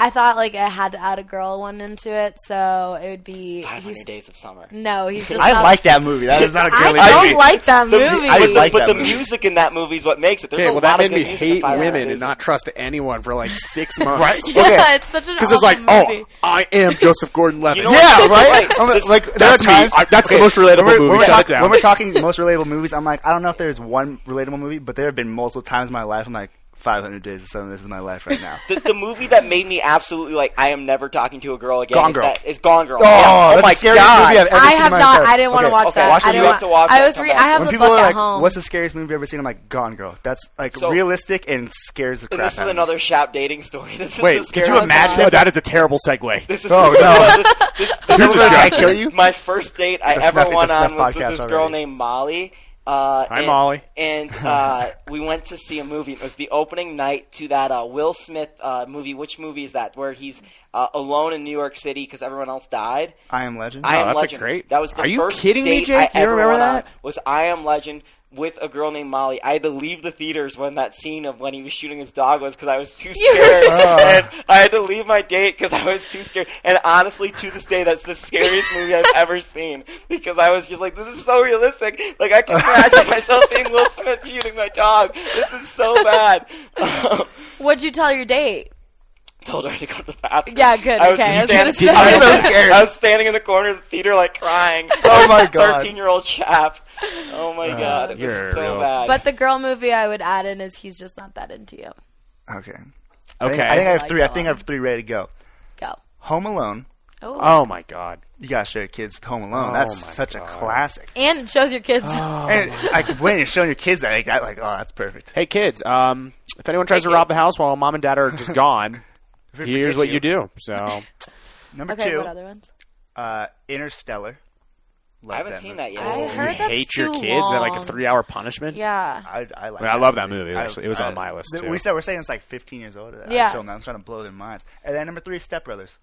I thought like I had to add a girl one into it, so it would be 500 he's, Days of Summer. no, he's just. I not- like that movie. That is not a I girly don't movie. like The- that movie. I But, would the, like but that the movie. music in that movie is what makes it. There's Okay, a well that lot made of good me music in hate 500 women Days and of- not trust anyone for like six months. Right? yeah, Okay. it's such an Because it's like, awesome movie. oh, I am Joseph Gordon-Levitt. You know Yeah, Like, right. like, I'm this- like, there that's are me. times- I- that's the most relatable when we're- movie. When we're, Shut it talk- down. when we're talking most relatable movies, I'm like, I don't know if there's one relatable movie, but there have been multiple times in my life. I'm like, 500 days of sun. This is my life right now. The, the movie that made me absolutely like, I am never talking to a girl again. Gone is Girl. That, is Gone Girl. Oh, yeah. that's oh my the scariest god. movie I've ever I seen in have my not. entire- I didn't want Okay, to watch okay, that. watch I it. didn't You have to watch I that. was. Come Re- I back. have when the people are book at like, home. "What's the scariest movie you've ever seen?" I'm like, "Gone Girl." That's like So- realistic and scares the And crap this is out of me. another shout dating story. This is Wait, the could scary you one. imagine? No, that is a terrible segue. This is Oh, no. this, this, This this is was where I like kill you? My first date I It's a ever snuff- it's a went on snuff was with podcast this girl already. named Molly. Uh, Hi, and- Molly. And uh, we went to see a movie. It was the opening night to that uh, Will Smith uh, movie. Which movie is that? Where he's uh, alone in New York City because everyone else died. I Am Legend. I Oh, am that's a Legend. great- That was the Are you first kidding me, date Jake? I You ever remember went that? on, was I Am Legend with a girl named Molly. I had to leave the theaters when that scene of when he was shooting his dog was because I was too scared, Oh. and I had to leave my date because I was too scared. And honestly, to this day, that's the scariest movie I've ever seen because I was just like, "This is so realistic. Like I can imagine myself being Will Smith shooting my dog. This is so bad." Um, What'd you tell your date? told her to go to the bathroom. Yeah, good, I was okay, just I was standing- say. gonna I was- I'm so scared. I was standing in the corner of the theater, like crying. Oh, my God. Uh, Thirteen-year-old chap. Oh my god, it was you're so real. bad. But the girl movie I would add in is he's just not that into you. okay. I think, Okay. I think I have like three. I that think I have three ready to go. Go. Home Alone. Oh. oh my god. You gotta show your kids Home Alone. Oh That's my such God. a classic. and it shows your kids. Oh, and I could when you're showing your kids that, like, that, like, oh, that's perfect. Hey kids, um, if anyone tries to kids. rob the house while mom and dad are just gone, If it here's forgets what you do. So Number okay, two, what other ones? uh, Interstellar. Love I haven't that seen movie. that yet. I Oh, heard that's hate your too kids at like a long. three-hour punishment. Yeah. I, I, like I mean, I love that movie, I- actually. It was I- on my list, th- too. We said we're saying it's like 15 years old. that Yeah. Film now. I'm trying to blow their minds. And then number three, Step Brothers.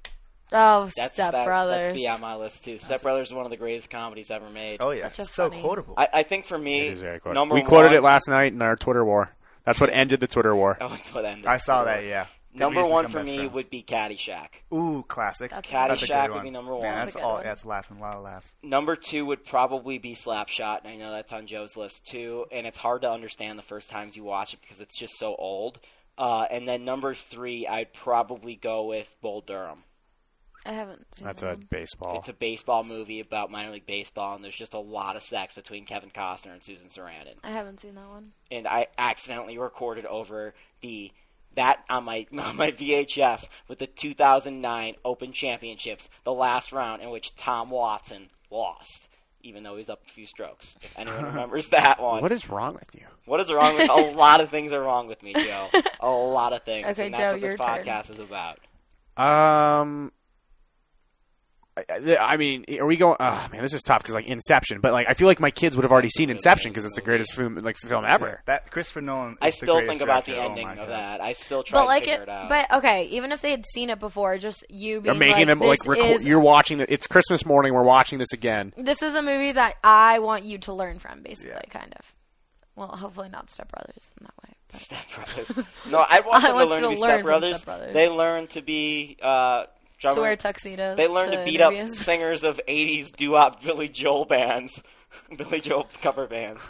Oh, That's, Step that, Brothers. That's be on my list too. Step Brothers is one of the greatest comedies ever made. Oh yeah, Such a It's so funny- quotable. I, I think for me, It is very quotable. number We quoted one- it last night in our Twitter war. That's what ended the Twitter war. Oh, it's what ended. I saw that. Yeah. Number Tiffany's one become for best me friends. would be Caddyshack. ooh classic. That's That's a good Caddyshack would one. be number one. Man, That's that's a good all. one. That's laughing. A lot of laughs. Number two would probably be Slapshot, and I know that's on Joe's list too. And it's hard to understand the first times you watch it because it's just so old. Uh, and then number three, I'd probably go with Bull Durham. I haven't. Seen That's that a one. baseball. It's a baseball movie about minor league baseball, and there's just a lot of sex between Kevin Costner and Susan Sarandon. I haven't seen that one. and I accidentally recorded over the that on my on my VHS with the 2009 Open Championships, the last round in which Tom Watson lost, even though he's up a few strokes. If anyone remembers that one, what is wrong with you? what is wrong with a lot of things are wrong with me, Joe. A lot of things, Okay, and that's Joe, what this your turn. podcast is about. Um, I, I- I mean, are we going? Oh man, this is tough because like Inception, but like I feel like my kids would have already seen Inception because it's the greatest film like film ever. That Christopher Nolan. Is I the still greatest think about the director. Oh, ending my of God. that. I still try But to like figure it, it out. but okay. Even if they had seen it before, just you They're being making like, them like this record. is You're watching it. It's Christmas morning. We're watching this again. this is a movie that I want you to learn from, basically, kind of. Well, hopefully not Step Brothers in that way. but- Step Brothers. No, I want I them want to learn to you to be learn Step from Brothers. Step Brothers. They learn to be uh, To drummer- wear tuxedos. They learned to, beat interviews. up singers of 80s doo-wop Billy Joel bands. Billy Joel cover bands.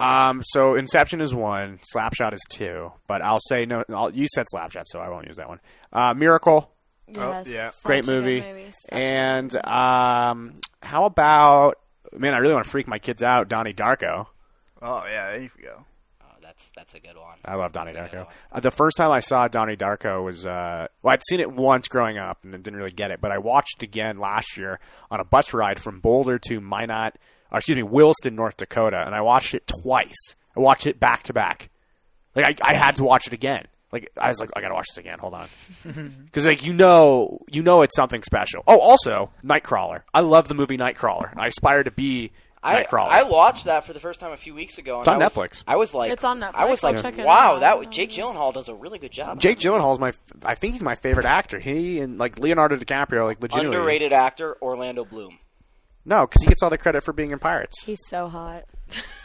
Um, so Inception is one. Slapshot is two. But I'll say no. I'll, you said Slapshot, so I won't use that one. Uh, Miracle, Oh, Yes, yeah. such a great good movie. Such a good And um, how about man? I really want to freak my kids out. Donnie Darko. Oh yeah, there you go. Oh, that's that's a good one. I love Donnie That's a good Darko. one. Uh, the first time I saw Donnie Darko was uh, well, I'd seen it once growing up and then didn't really get it, but I watched it again last year on a bus ride from Boulder to Minot, or excuse me, Williston, North Dakota, and I watched it twice. I watched it back to back. Like I, I had to watch it again. Like I was like, I gotta watch this again. Hold on, because like you know, you know it's something special. Oh, also Nightcrawler. I love the movie Nightcrawler. I aspire to be I, Nightcrawler. I watched that for the first time a few weeks ago. And It's on I was, Netflix. I was like, It's on Netflix. I was I'll like, check it wow, out. that was, No, Jake it is. Gyllenhaal does a really good job. Jake Gyllenhaal's my. I think he's my favorite actor. He and like Leonardo DiCaprio, like legitimately underrated actor Orlando Bloom. No, because he gets all the credit for being in Pirates. He's so hot.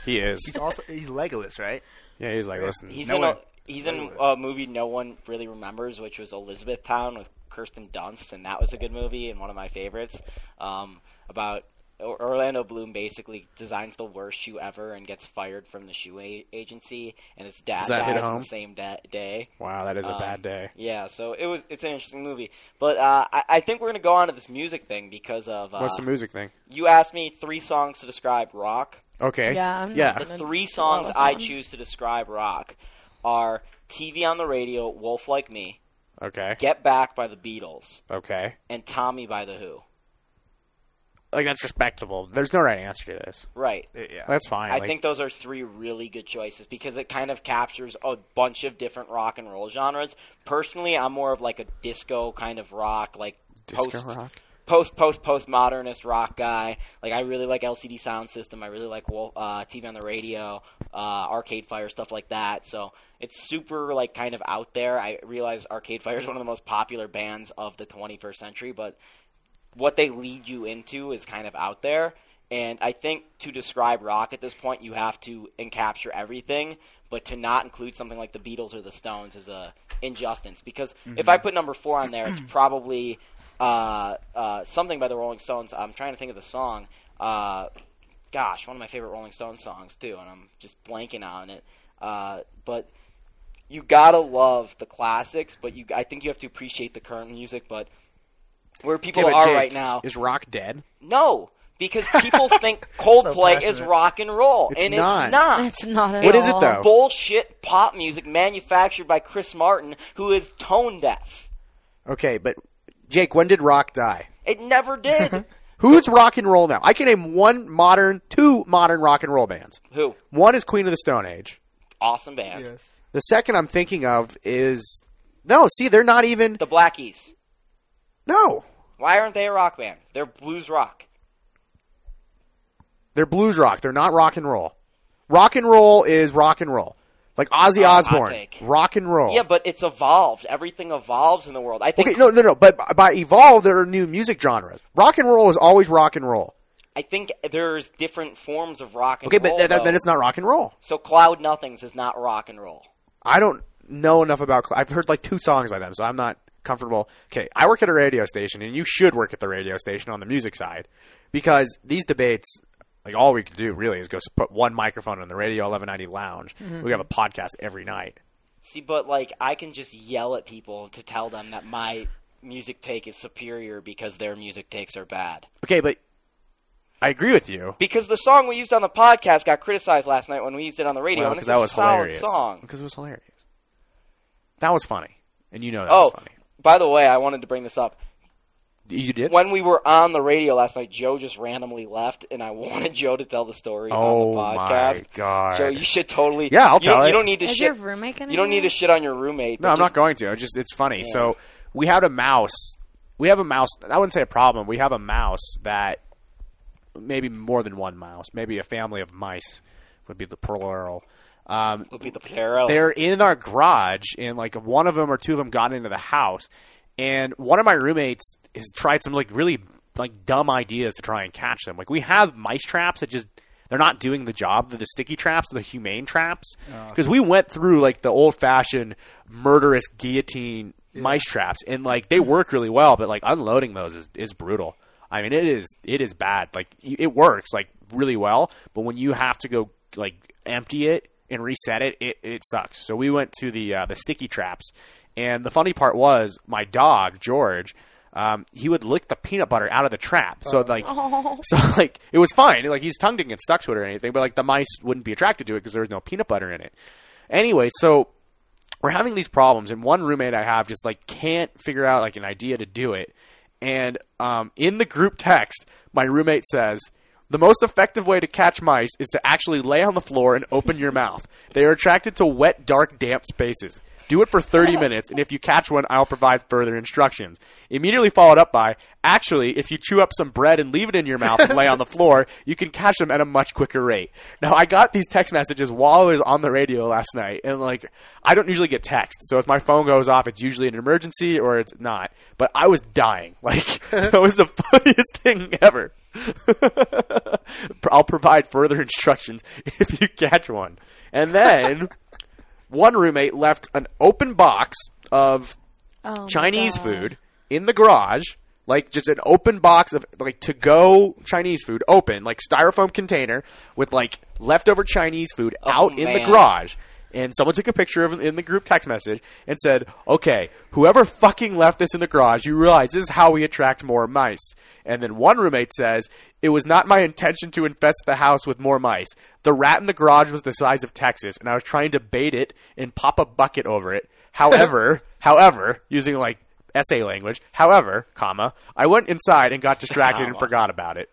He is. He's also he's Legolas, right? Yeah, he's like, listen. He's No in one- a he's in a movie no one really remembers, which was Elizabethtown with Kirsten Dunst, and that was a good movie and one of my favorites. Um, about O- Orlando Bloom basically designs the worst shoe ever and gets fired from the shoe a- agency, and his dad Does that hit dies on home? the same da- day. wow, that is a Um, bad day. Yeah, so it was it's an interesting movie, but uh, I, I think we're gonna go on to this music thing because of uh, What's the music thing? you asked me three songs to describe rock. Okay. Yeah, I'm not yeah. gonna- Three It's a lot songs of I fun. choose to describe rock are TV on the Radio, Wolf Like Me, Okay. Get Back by the Beatles, Okay. and Tommy by the Who. Like that's respectable. There's no right answer to this. Right. Yeah. That's fine. I like- think those are three really good choices because it kind of captures a bunch of different rock and roll genres. Personally, I'm more of like a disco kind of rock, like Disco post rock? post post postmodernist rock guy. Like I really like LCD Sound System. I really like Wolf, uh, TV on the Radio, uh, Arcade Fire stuff like that. So it's super like kind of out there. I realize Arcade Fire is one of the most popular bands of the 21st century, but what they lead you into is kind of out there. And I think to describe rock at this point, you have to encapture everything. But to not include something like the Beatles or the Stones is a injustice. Because if I put number four on there, it's probably uh, uh, something by the Rolling Stones. I'm trying to think of the song. Uh, gosh, one of my favorite Rolling Stones songs too, and I'm just blanking on it. Uh, but you gotta love the classics. But you, I think you have to appreciate the current music. But where people Yeah, but are Jake, right now Is rock dead? no, because people think Coldplay is passionate. rock and roll, It's and not. it's not. That's not at What all. is it, though? bullshit pop music manufactured by Chris Martin, who is tone deaf. Okay, but Jake, when did rock die? It never did. Who's rock and roll now? I can name one modern, two modern rock and roll bands. who? One is Queen of the Stone Age. Awesome band. Yes. The second I'm thinking of is no. See, they're not even The Black Keys. no. Why aren't they a rock band? They're blues rock. They're blues rock. They're not rock and roll. Rock and roll is rock and roll. Like Ozzy Oh, hot Osbourne, take. rock and roll. Yeah, but it's evolved. Everything evolves in the world. I think. okay, no, no, no. But by- by evolve, there are new music genres. Rock and roll is always rock and roll. I think there's different forms of rock and Okay, roll. but that, that, though. then it's not rock and roll. So Cloud Nothings is not rock and roll. I don't know enough about. Cl- I've heard like two songs by them, so I'm not comfortable. Okay, I work at a radio station, and you should work at the radio station on the music side because these debates, like all we could do really is go s- put one microphone on the radio 1190 lounge. We have a podcast every night. See, but like I can just yell at people to tell them that my music take is superior because their music takes are bad. Okay, but I agree with you. Because the song we used on the podcast got criticized last night when we used it on the radio, and Because it's that a was solid hilarious. song. Because it was hilarious. That was funny, and you know that Oh, was funny. by the way, I wanted to bring this up. You did. When we were on the radio last night, Joe just randomly left, and I wanted Joe to tell the story Oh on the podcast. my god! Joe, you should totally. Yeah, I'll you don't- tell it. You don't need to Is shit. your roommate gonna? you don't hear need to it? shit on your roommate. No, I'm not going to. It's just it's funny. So we had a mouse. We have a mouse. I wouldn't say a problem. We have a mouse that maybe more than one mouse. Maybe a family of mice would be the plural. Um, Would be the plural. they're in our garage, and like one of them or two of them got into the house, and one of my roommates has tried some like really like dumb ideas to try and catch them. Like we have mice traps that just they're not doing the job. They're the sticky traps, the humane traps, because we went through like the old fashioned murderous guillotine mice traps, and like they work really well, but like unloading those is is brutal. I mean, it is it is bad. Like y- it works like really well, but when you have to go like empty it and reset it, it, it sucks. So we went to the uh, the sticky traps, and the funny part was my dog George. Um, he would lick the peanut butter out of the trap. So like, Oh. so like, it was fine. Like his tongue didn't get stuck to it or anything. But like the mice wouldn't be attracted to it because there was no peanut butter in it. Anyway, so we're having these problems, and one roommate I have just like can't figure out like an idea to do it. And um, in the group text, my roommate says the most effective way to catch mice is to actually lay on the floor and open your mouth. They are attracted to wet, dark, damp spaces. Do it for 30 minutes, and if you catch one, I'll provide further instructions. Immediately followed up by, actually, if you chew up some bread and leave it in your mouth and lay on the floor, you can catch them at a much quicker rate. Now, I got these text messages while I was on the radio last night, and like, I don't usually get texts, so if my phone goes off, it's usually an emergency or it's not. But I was dying. Like, that was the funniest thing ever. I'll provide further instructions if you catch one. And then one roommate left an open box of Oh my Chinese God. food in the garage, like just an open box of like to go Chinese food, open like styrofoam container with like leftover Chinese food out in the man. garage. And someone took a picture of it in the group text message and said, "Okay, whoever fucking left this in the garage, you realize this is how we attract more mice." And then one roommate says, "It was not my intention to infest the house with more mice. The rat in the garage was the size of Texas, and I was trying to bait it and pop a bucket over it. However, however, using like essay language, however, comma, I went inside and got distracted and Comma. forgot about it.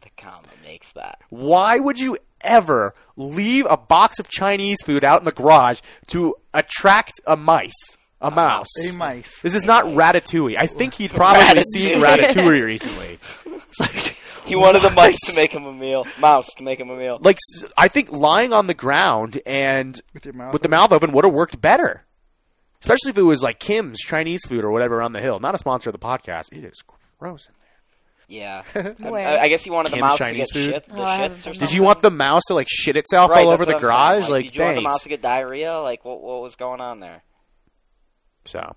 the comma makes that. Why would you ever leave a box of Chinese food out in the garage to attract a mice? A mouse. A mice. This is not ratatouille. I think he'd probably seen ratatouille recently. It's like, He wanted the mice to make him a meal. Mouse to make him a meal. like s- I think lying on the ground and With your mouth the mouth open would have worked better. Especially if it was like Kim's Chinese food or whatever on the hill. Not a sponsor of the podcast. It is gross in there. Yeah. Where? I, I guess he wanted the Kim's mouse Chinese to get food? shit, the Oh, I shits haven't been or to something. Did you want the mouse to like shit itself Right, all that's over the what I'm saying. garage? Like, did you want the thanks. mouse to get diarrhea? Like, what, what was going on there? So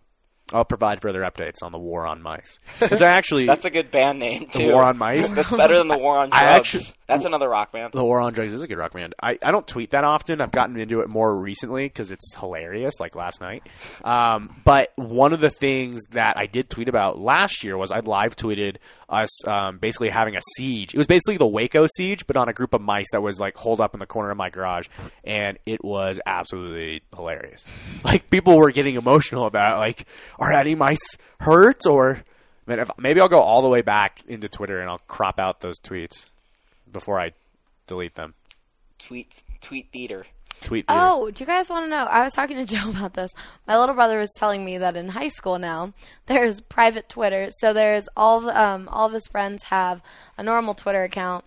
I'll provide further updates on the war on mice. Because I actually That's a good band name the too. war on mice. That's better than the war on drugs. I actually- That's another rock band. the war on drugs is a good rock band. I, I don't tweet that often. I've gotten into it more recently because it's hilarious, like last night. Um, but one of the things that I did tweet about last year was I live tweeted us um, basically having a siege. It was basically the Waco siege, but on a group of mice that was like holed up in the corner of my garage, and it was absolutely hilarious. Like people were getting emotional about it, like, are any mice hurt or? Man, if, maybe I'll go all the way back into Twitter and I'll crop out those tweets before I delete them. Tweet Tweet Theater. Tweet theater. Oh, do you guys want to know? I was talking to Joe about this. My little brother was telling me that in high school now, there's private Twitter. So there's all of, um, all of his friends have a normal Twitter account,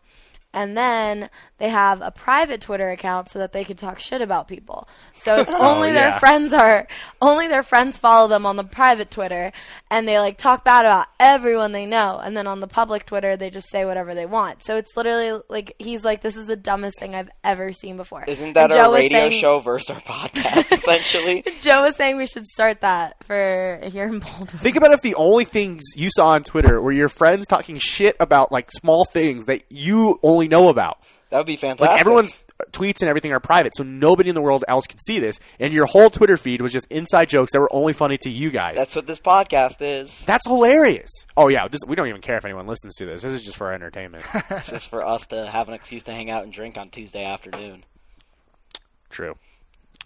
And then they have a private Twitter account so that they can talk shit about people. So it's only their yeah. friends are only their friends follow them on the private Twitter and they like talk bad about everyone they know. And then on the public Twitter they just say whatever they want. So it's literally like he's like, This is the dumbest thing I've ever seen before. Isn't that And Joe our was radio saying- show versus our podcast, essentially? Joe was saying we should start that for here in Boulder. Think about if the only things you saw on Twitter were your friends talking shit about like small things that you only know about. That would be fantastic. Like everyone's tweets and everything are private, so nobody in the world else could see this. And your whole Twitter feed was just inside jokes that were only funny to you guys. That's what this podcast is. That's hilarious. Oh yeah, this, we don't even care if anyone listens to this. This is just for our entertainment. It's just for us to have an excuse to hang out and drink on Tuesday afternoon. true.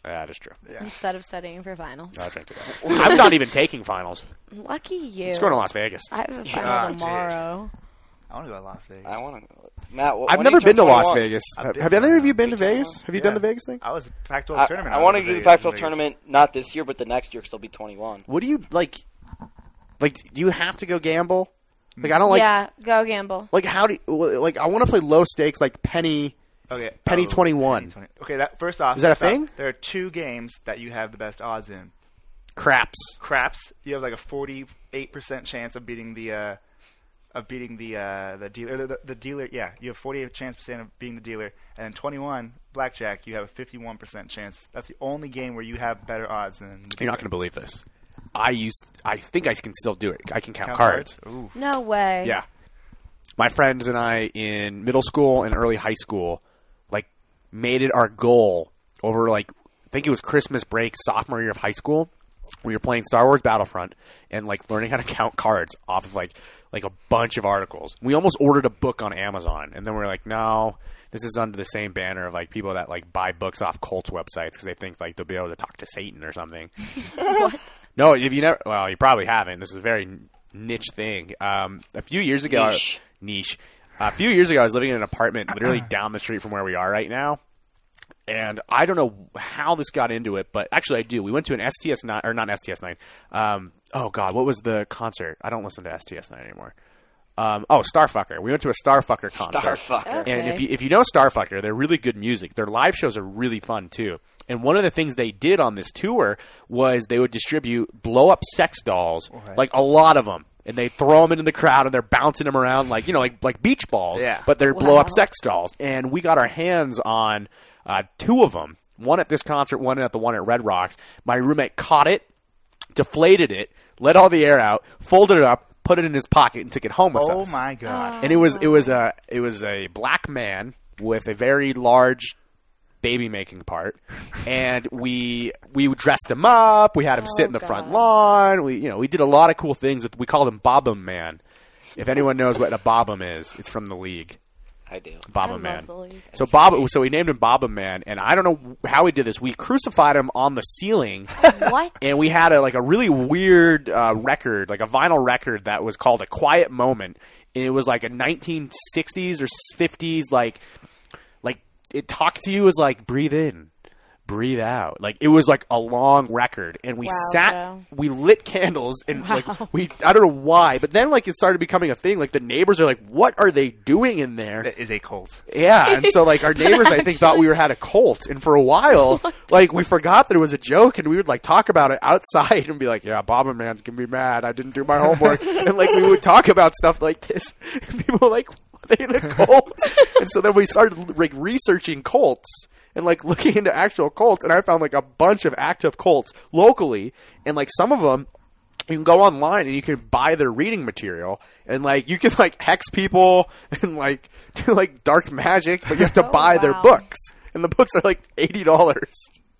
That is true. instead of studying for finals. I'll drink to that. I'm not even taking finals. Lucky you. It's going to Las Vegas. I have a final Ah, dude. tomorrow. I want to go to Las Vegas. I want to. Matt, wh- I've when do never you turn been to Las 21? Vegas. I've Have been have to either of Las you been to Vegas. Vegas? Have you Yeah. done the Vegas thing? I was Pac-12 I, tournament. I was want to in do the Vegas, Pac-12 Vegas. tournament not this year, but the next year because I'll be 21. What do you like? Like, do you have to go gamble? Like, I don't like. yeah, go gamble. Like, how do you, like? I want to play low stakes, like penny. Okay, Penny oh, 21. Penny 20. Okay, that first off, Is that a first off, thing? there are two games that you have the best odds in. Craps. Craps, you have like a forty-eight percent chance of beating the, uh, of beating the uh, the dealer. The, the, the dealer, yeah, you have forty-eight chance percent of beating the dealer, and then twenty-one blackjack, you have a fifty-one percent chance. That's the only game where you have better odds than You're not going to believe this. I used. I think I can still do it. I can count, Count cards. Ooh, No way. Yeah. My friends and I in middle school and early high school, like, made it our goal over, like, I think it was Christmas break, sophomore year of high school. We were playing Star Wars Battlefront and, like, learning how to count cards off of, like, like a bunch of articles. We almost ordered a book on Amazon, and then we were like, no, this is under the same banner of, like, people that, like, buy books off Colts websites because they think, like, they'll be able to talk to Satan or something. No, if you never, well, you probably haven't. This is a very niche thing. Um, a few years ago, Niche. niche. A few years ago, I was living in an apartment literally down the street from where we are right now, and I don't know how this got into it, but actually, I do. We went to an STS nine or not STS nine. Um, oh God, what was the concert? I don't listen to STS nine anymore. Um, oh, Starfucker. We went to a Starfucker concert. Starfucker. Okay. And if you, if you know Starfucker, they're really good music. Their live shows are really fun too. And one of the things they did on this tour was they would distribute blow up sex dolls, like a lot of them, and they throw them into the crowd and they're bouncing them around like you know like like beach balls, Yeah. but they're blow up Wow. sex dolls. And we got our hands on uh, two of them. One at this concert, one at the one at Red Rocks. My roommate caught it, deflated it, let all the air out, folded it up, put it in his pocket, and took it home with us oh my god! and it was it was a it was a black man with a very large baby making part and we we dressed him up we had him sit Oh, in the front God. lawn we you know we did a lot of cool things with we called him Bobum Man if anyone knows what a Bobum is it's from the league I do. I Baba love Man. the league. So Bob, so we named him Baba Man, and I don't know how we did this. We crucified him on the ceiling, What? and we had a, like a really weird uh, record, like a vinyl record that was called "A Quiet Moment," and it was like a 1960s or 50s, like like it talked to you as like breathe in, breathe out, like it was like a long record, and we Wow, sat, Joe. we lit candles, and like we I don't know why, but then like it started becoming a thing. Like the neighbors are like, "What are they doing in there?" That is a cult. Yeah, and so like our neighbors, I think, thought we were had a cult, and for a while, like we forgot that it was a joke, and we would like talk about it outside and be like, "Yeah, Baba Man's gonna be mad. I didn't do my homework," and like we would talk about stuff like this. And people were like, "Are they in a cult?" and so then we started like researching cults and like looking into actual cults, and I found like a bunch of active cults locally, and like some of them you can go online and you can buy their reading material and like you can like hex people and like do like dark magic but you have to Oh, buy their wow. books and the books are like $80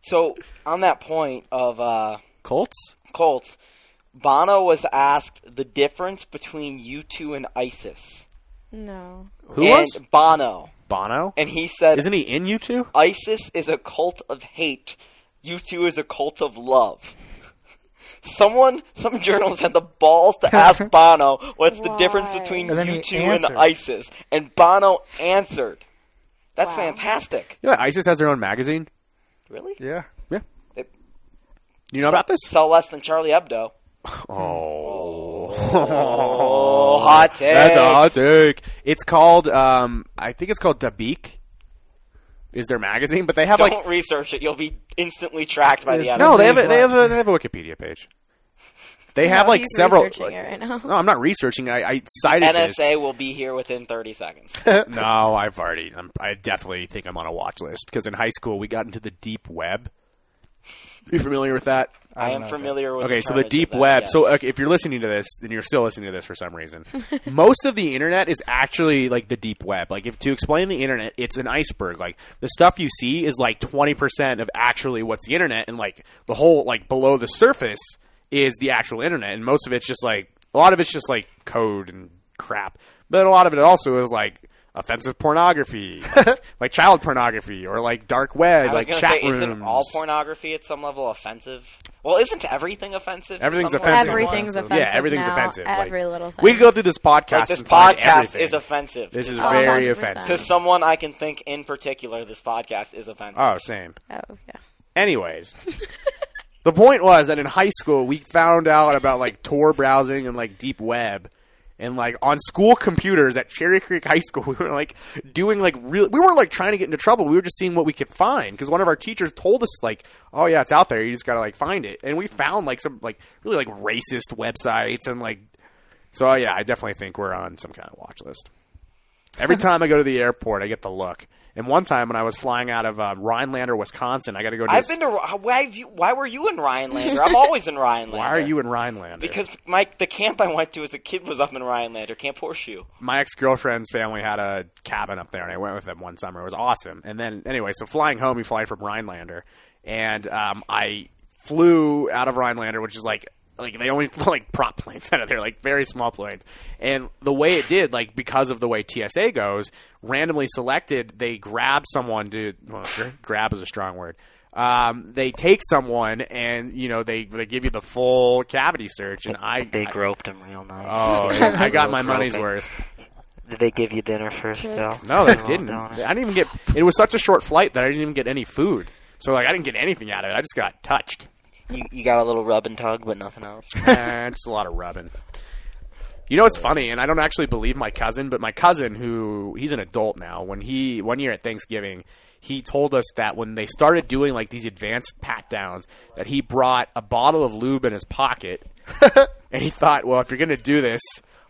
So, on that point of uh, cults Colts, Bono was asked the difference between you two and ISIS. No. who and was Bono. bono And he said, isn't he in you two ISIS is a cult of hate. You two is a cult of love. Someone, some journalist had the balls to ask Bono what's the difference Why? between And then you he two and answered. ISIS, and Bono answered. That's Wow. fantastic. you know that isis has their own magazine Really? Yeah. yeah It- you know about this Oh, Sell less than Charlie Hebdo. oh Oh, hot take. That's a hot take. It's called, um, I think it's called Dabiq. Is their magazine? But they have Don't like research it. You'll be instantly tracked by the It's- enemy. no, Oh, they have a, Amazon they have a, they have a Wikipedia page. They have No, like he's several. researching it right now. No, I'm not researching. I, I cited NSA this. will be here within 30 seconds. No, I've already. I'm, I definitely think I'm on a watch list because in high school we got into the deep web. You familiar with that? I, don't am know. familiar with. Okay, so the terms of deep that, web. yes. So okay, if you're listening to this, then you're still listening to this for some reason. Most of the internet is actually like the deep web. Like if to explain the internet, it's an iceberg. Like the stuff you see is like 20% of actually what's the internet and like the whole like below the surface is the actual internet and most of it's just like a lot of it's just like code and crap. But a lot of it also is like offensive pornography, like, like child pornography or like dark web, I was like gonna chat say, rooms. isn't all pornography at some level offensive? Well, isn't everything offensive? to Everything's some level? offensive. Everything's offensive. Yeah, everything's now. offensive. Like, Every little thing. We could go through this podcast. Like, this and find podcast everything. is offensive. This is Oh, very 100%. to offensive. someone I can think in particular. This podcast is offensive. Oh, same. Oh yeah. Anyways, the point was that in high school we found out about like Tor browsing and like deep web. And like on school computers at Cherry Creek High School, we were like doing like real. We weren't like trying to get into trouble. We were just seeing what we could find because one of our teachers told us like, "Oh yeah, it's out there. You just gotta like find it." And we found like some like really like racist websites and like. So yeah, I definitely think we're on some kind of watch list. Every time I go to the airport, I get the look. And one time when I was flying out of uh, Rhinelander, Wisconsin, I got to go. To I've this- been to. Why, have you, why were you in Rhinelander? I'm always in Rhinelander. Why are you in Rhinelander? Because my the camp I went to as a kid was up in Rhinelander, Camp Horseshoe. my ex girlfriend's family had a cabin up there, and I went with them one summer. It was awesome. And then, anyway, so flying home, you fly from Rhinelander, and um, I flew out of Rhinelander, which is like like they only fly like prop planes out of there, like very small planes. And the way it did, like because of the way TSA goes, randomly selected, they grab someone to well, grab is a strong word. Um, they take someone and you know they they give you the full cavity search, and I They I- groped him real nice. oh I got my money's Groping. worth. Did they give you dinner first, Bill? No, they Oh, didn't. don't. I didn't even get. It was such a short flight that I didn't even get any food. So like, I didn't get anything out of it. I just got touched. You, you got a little rub and tug, but nothing else. and Eh, just a lot of rubbing. You know it's funny, and I don't actually believe my cousin, but my cousin who he's an adult now. When he one year at Thanksgiving, he told us that when they started doing like these advanced pat downs, that he brought a bottle of lube in his pocket, and he thought, well, if you're gonna do this,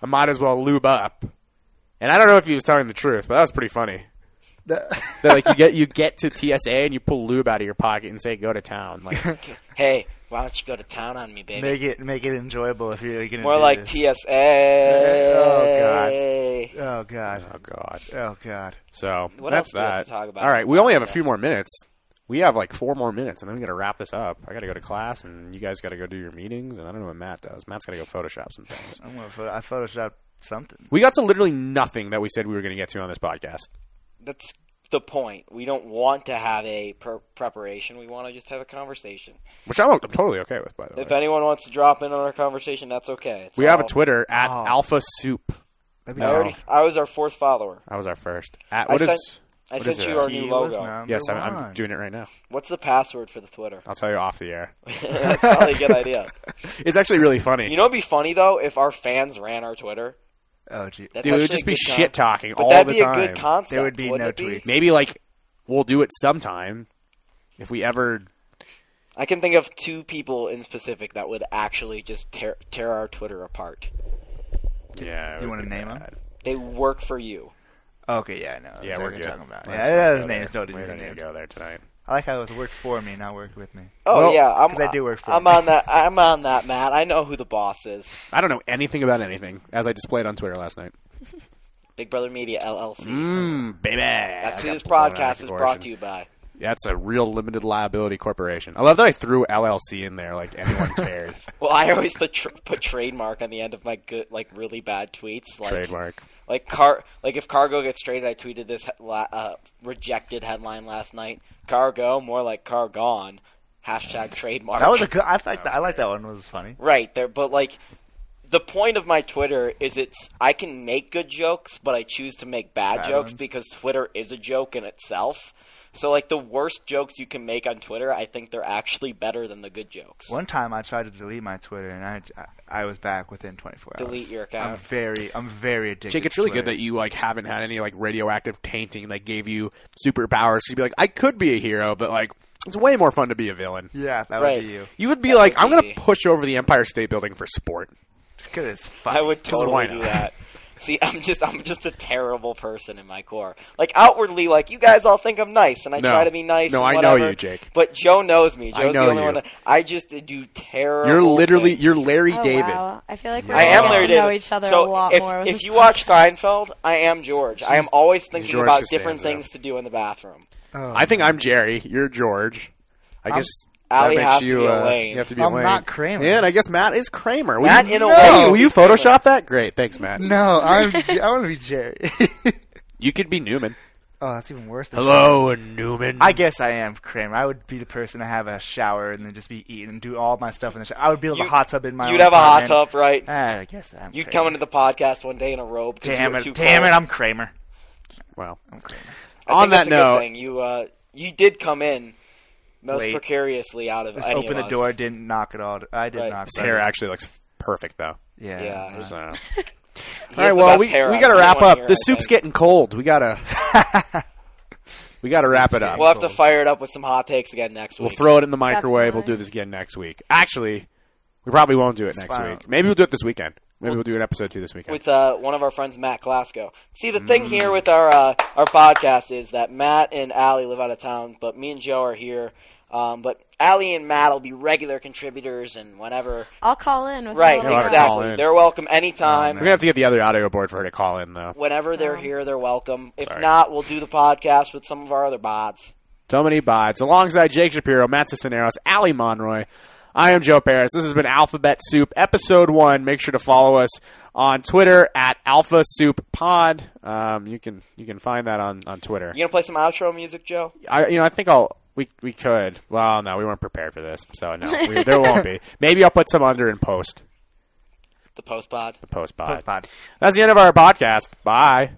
I might as well lube up. And I don't know if he was telling the truth, but that was pretty funny. that like you get you get to TSA and you pull lube out of your pocket and say go to town. Like Hey, why don't you go to town on me, baby? Make it make it enjoyable if you're gonna More do like this. TSA. Oh, Oh god. oh god. Oh god. So What that's else do we have that. to talk about? All right, we only have a few more minutes. We have like four more minutes, and then we got to wrap this up. I got to go to class, and you guys got to go do your meetings, and I don't know what Matt does. Matt's got to go Photoshop some things. I'm gonna photo- I photoshopped something. We got to literally nothing that we said we were going to get to on this podcast. That's the point. We don't want to have a pre- preparation. We want to just have a conversation. Which I'm, I'm totally okay with, by the If way. anyone wants to drop in on our conversation, that's okay. It's We have a all- Twitter at Oh. Alpha Soup. That'd be I, already, I was our fourth follower. That was our first. At, I what is? sent- I what is sent it? you our He new was logo. number yes, I'm, I'm one. doing it right now. What's the password for the Twitter? I'll tell you off the air. that's probably a good idea. It's actually really funny. You know, it'd be funny though if our fans ran our Twitter. Oh gee. That's Dude, it actually would just a be good con- shit talking But all that'd the be time. a good concept. There would be wouldn't no it be? tweets. Maybe like we'll do it sometime if we ever I can think of two people in specific that would actually just tear tear our Twitter apart. Yeah. you wanna name 'em? They work for you. Okay, yeah, I know. Yeah, That's we're what good. talking about. Let's yeah, not those go names there. don't do We don't need to names. go there tonight. I like how it was work for me, not work with me. Oh Well, yeah, I'm, 'cause I do work for I'm them. on that. I'm on that, Matt. I know who the boss is. I don't know anything about anything, as I displayed on Twitter last night. Big Brother Media LLC. Mm. Mmm, baby. That's who I this got blown out of podcast is brought to proportion. you by. That's a real limited liability corporation. I love that I threw LLC in there, like anyone cared. Well, I always put, tr- put trademark on the end of my good, like really bad tweets. Like, Trademark. Like car, like if cargo gets traded, I tweeted this he- la- uh, rejected headline last night. Cargo, more like car gone. Hashtag trademark. That was a good. I like that. I like that one. It was funny. Right there, but like the point of my Twitter is it's I can make good jokes, but I choose to make bad, Bad jokes ones. because Twitter is a joke in itself. So like the worst jokes you can make on Twitter, I think they're actually better than the good jokes. One time I tried to delete my Twitter and I, I, I was back within 24 hours. Delete your account. I'm very I'm very addicted. Jake, it's to really Twitter. good that you like haven't had any like radioactive tainting that gave you superpowers. You'd be like, I could be a hero, but like it's way more fun to be a villain. Yeah, that Right. would be you. You would be like, would I'm gonna be- push over the Empire State Building for sport. Good as fuck. I would 'Cause why totally do not? that. See, I'm just I'm just a terrible person in my core. Like outwardly, like you guys all think I'm nice, and I No. try to be nice. No, and I know whatever, you, Jake. But Joe knows me. I Joe's know the only you. one. That, I just do terrible. You're literally things. you're Larry Oh, David. wow. I feel like we're Yeah. I am getting Larry to know David. each other so a lot if, more. with if this you watch Seinfeld, I am George. I am always thinking George about Costanza. different things to do in the bathroom. Oh, I think I'm Jerry. You're George. I guess Allie that makes has to you. be uh, Elaine. you have to be I'm Elaine. not Kramer. Yeah, and I guess Matt is Kramer. Will Matt you, in a way Hey, will you is Kramer. Photoshop that? Great, thanks, Matt. No, I'm J- I want to be Jerry. You could be Newman. oh, that's even worse. Than Hello, Newman. I guess I am Kramer. I would be the person to have a shower and then just be eating and do all my stuff in the shower. I would build You- a hot tub in my. You'd own have a hot apartment. tub, right? Ah, I guess I'm. You'd Kramer. come into the podcast one day in a robe. 'cause you Damn were it! too Damn cold. it! I'm Kramer. Wow. I'm Kramer. I think On that that's a good note, thing. you uh, you did come in most Late. precariously out of Just any opened of the us. door. Didn't knock at all. I did Right. knock. his but- hair actually looks perfect though. Yeah. Yeah, uh, it's- So. He All has right, the well best we, we hair out of gotta wrap anyone up. here, the I soup's think. getting cold. We gotta we gotta wrap it up. We'll have to fire it up with some hot takes again next We'll week. throw it in the microwave. fine. We'll do this again next week. Actually, we probably won't do it next fine. week. Maybe we'll do it this weekend. Maybe we'll do an episode two this weekend. with uh, one of our friends, Matt Glasgow. See, the thing here Mm. with our uh, our podcast is that Matt and Allie live out of town, but me and Joe are here. Um, but Allie and Matt will be regular contributors, and whenever I'll call in with right, my little have to girl. call exactly, in. they're welcome anytime. Oh, We're gonna have to get the other audio board for her to call in though. Whenever they're Um, here, they're welcome. If sorry. not, we'll do the podcast with some of our other bods. So many bots. Alongside Jake Shapiro, Matt Cisneros, Ali Monroy. I am Joe Paris. This has been Alphabet Soup, episode one. Make sure to follow us on Twitter at Alpha Soup Pod. Um, you can you can find that on, on Twitter. You gonna play some outro music, Joe? I you know I think I'll we we could. Well, no, we weren't prepared for this, so no, we, there won't be. Maybe I'll put some under in post The post pod. the post pod. Postpod. That's the end of our podcast. Bye.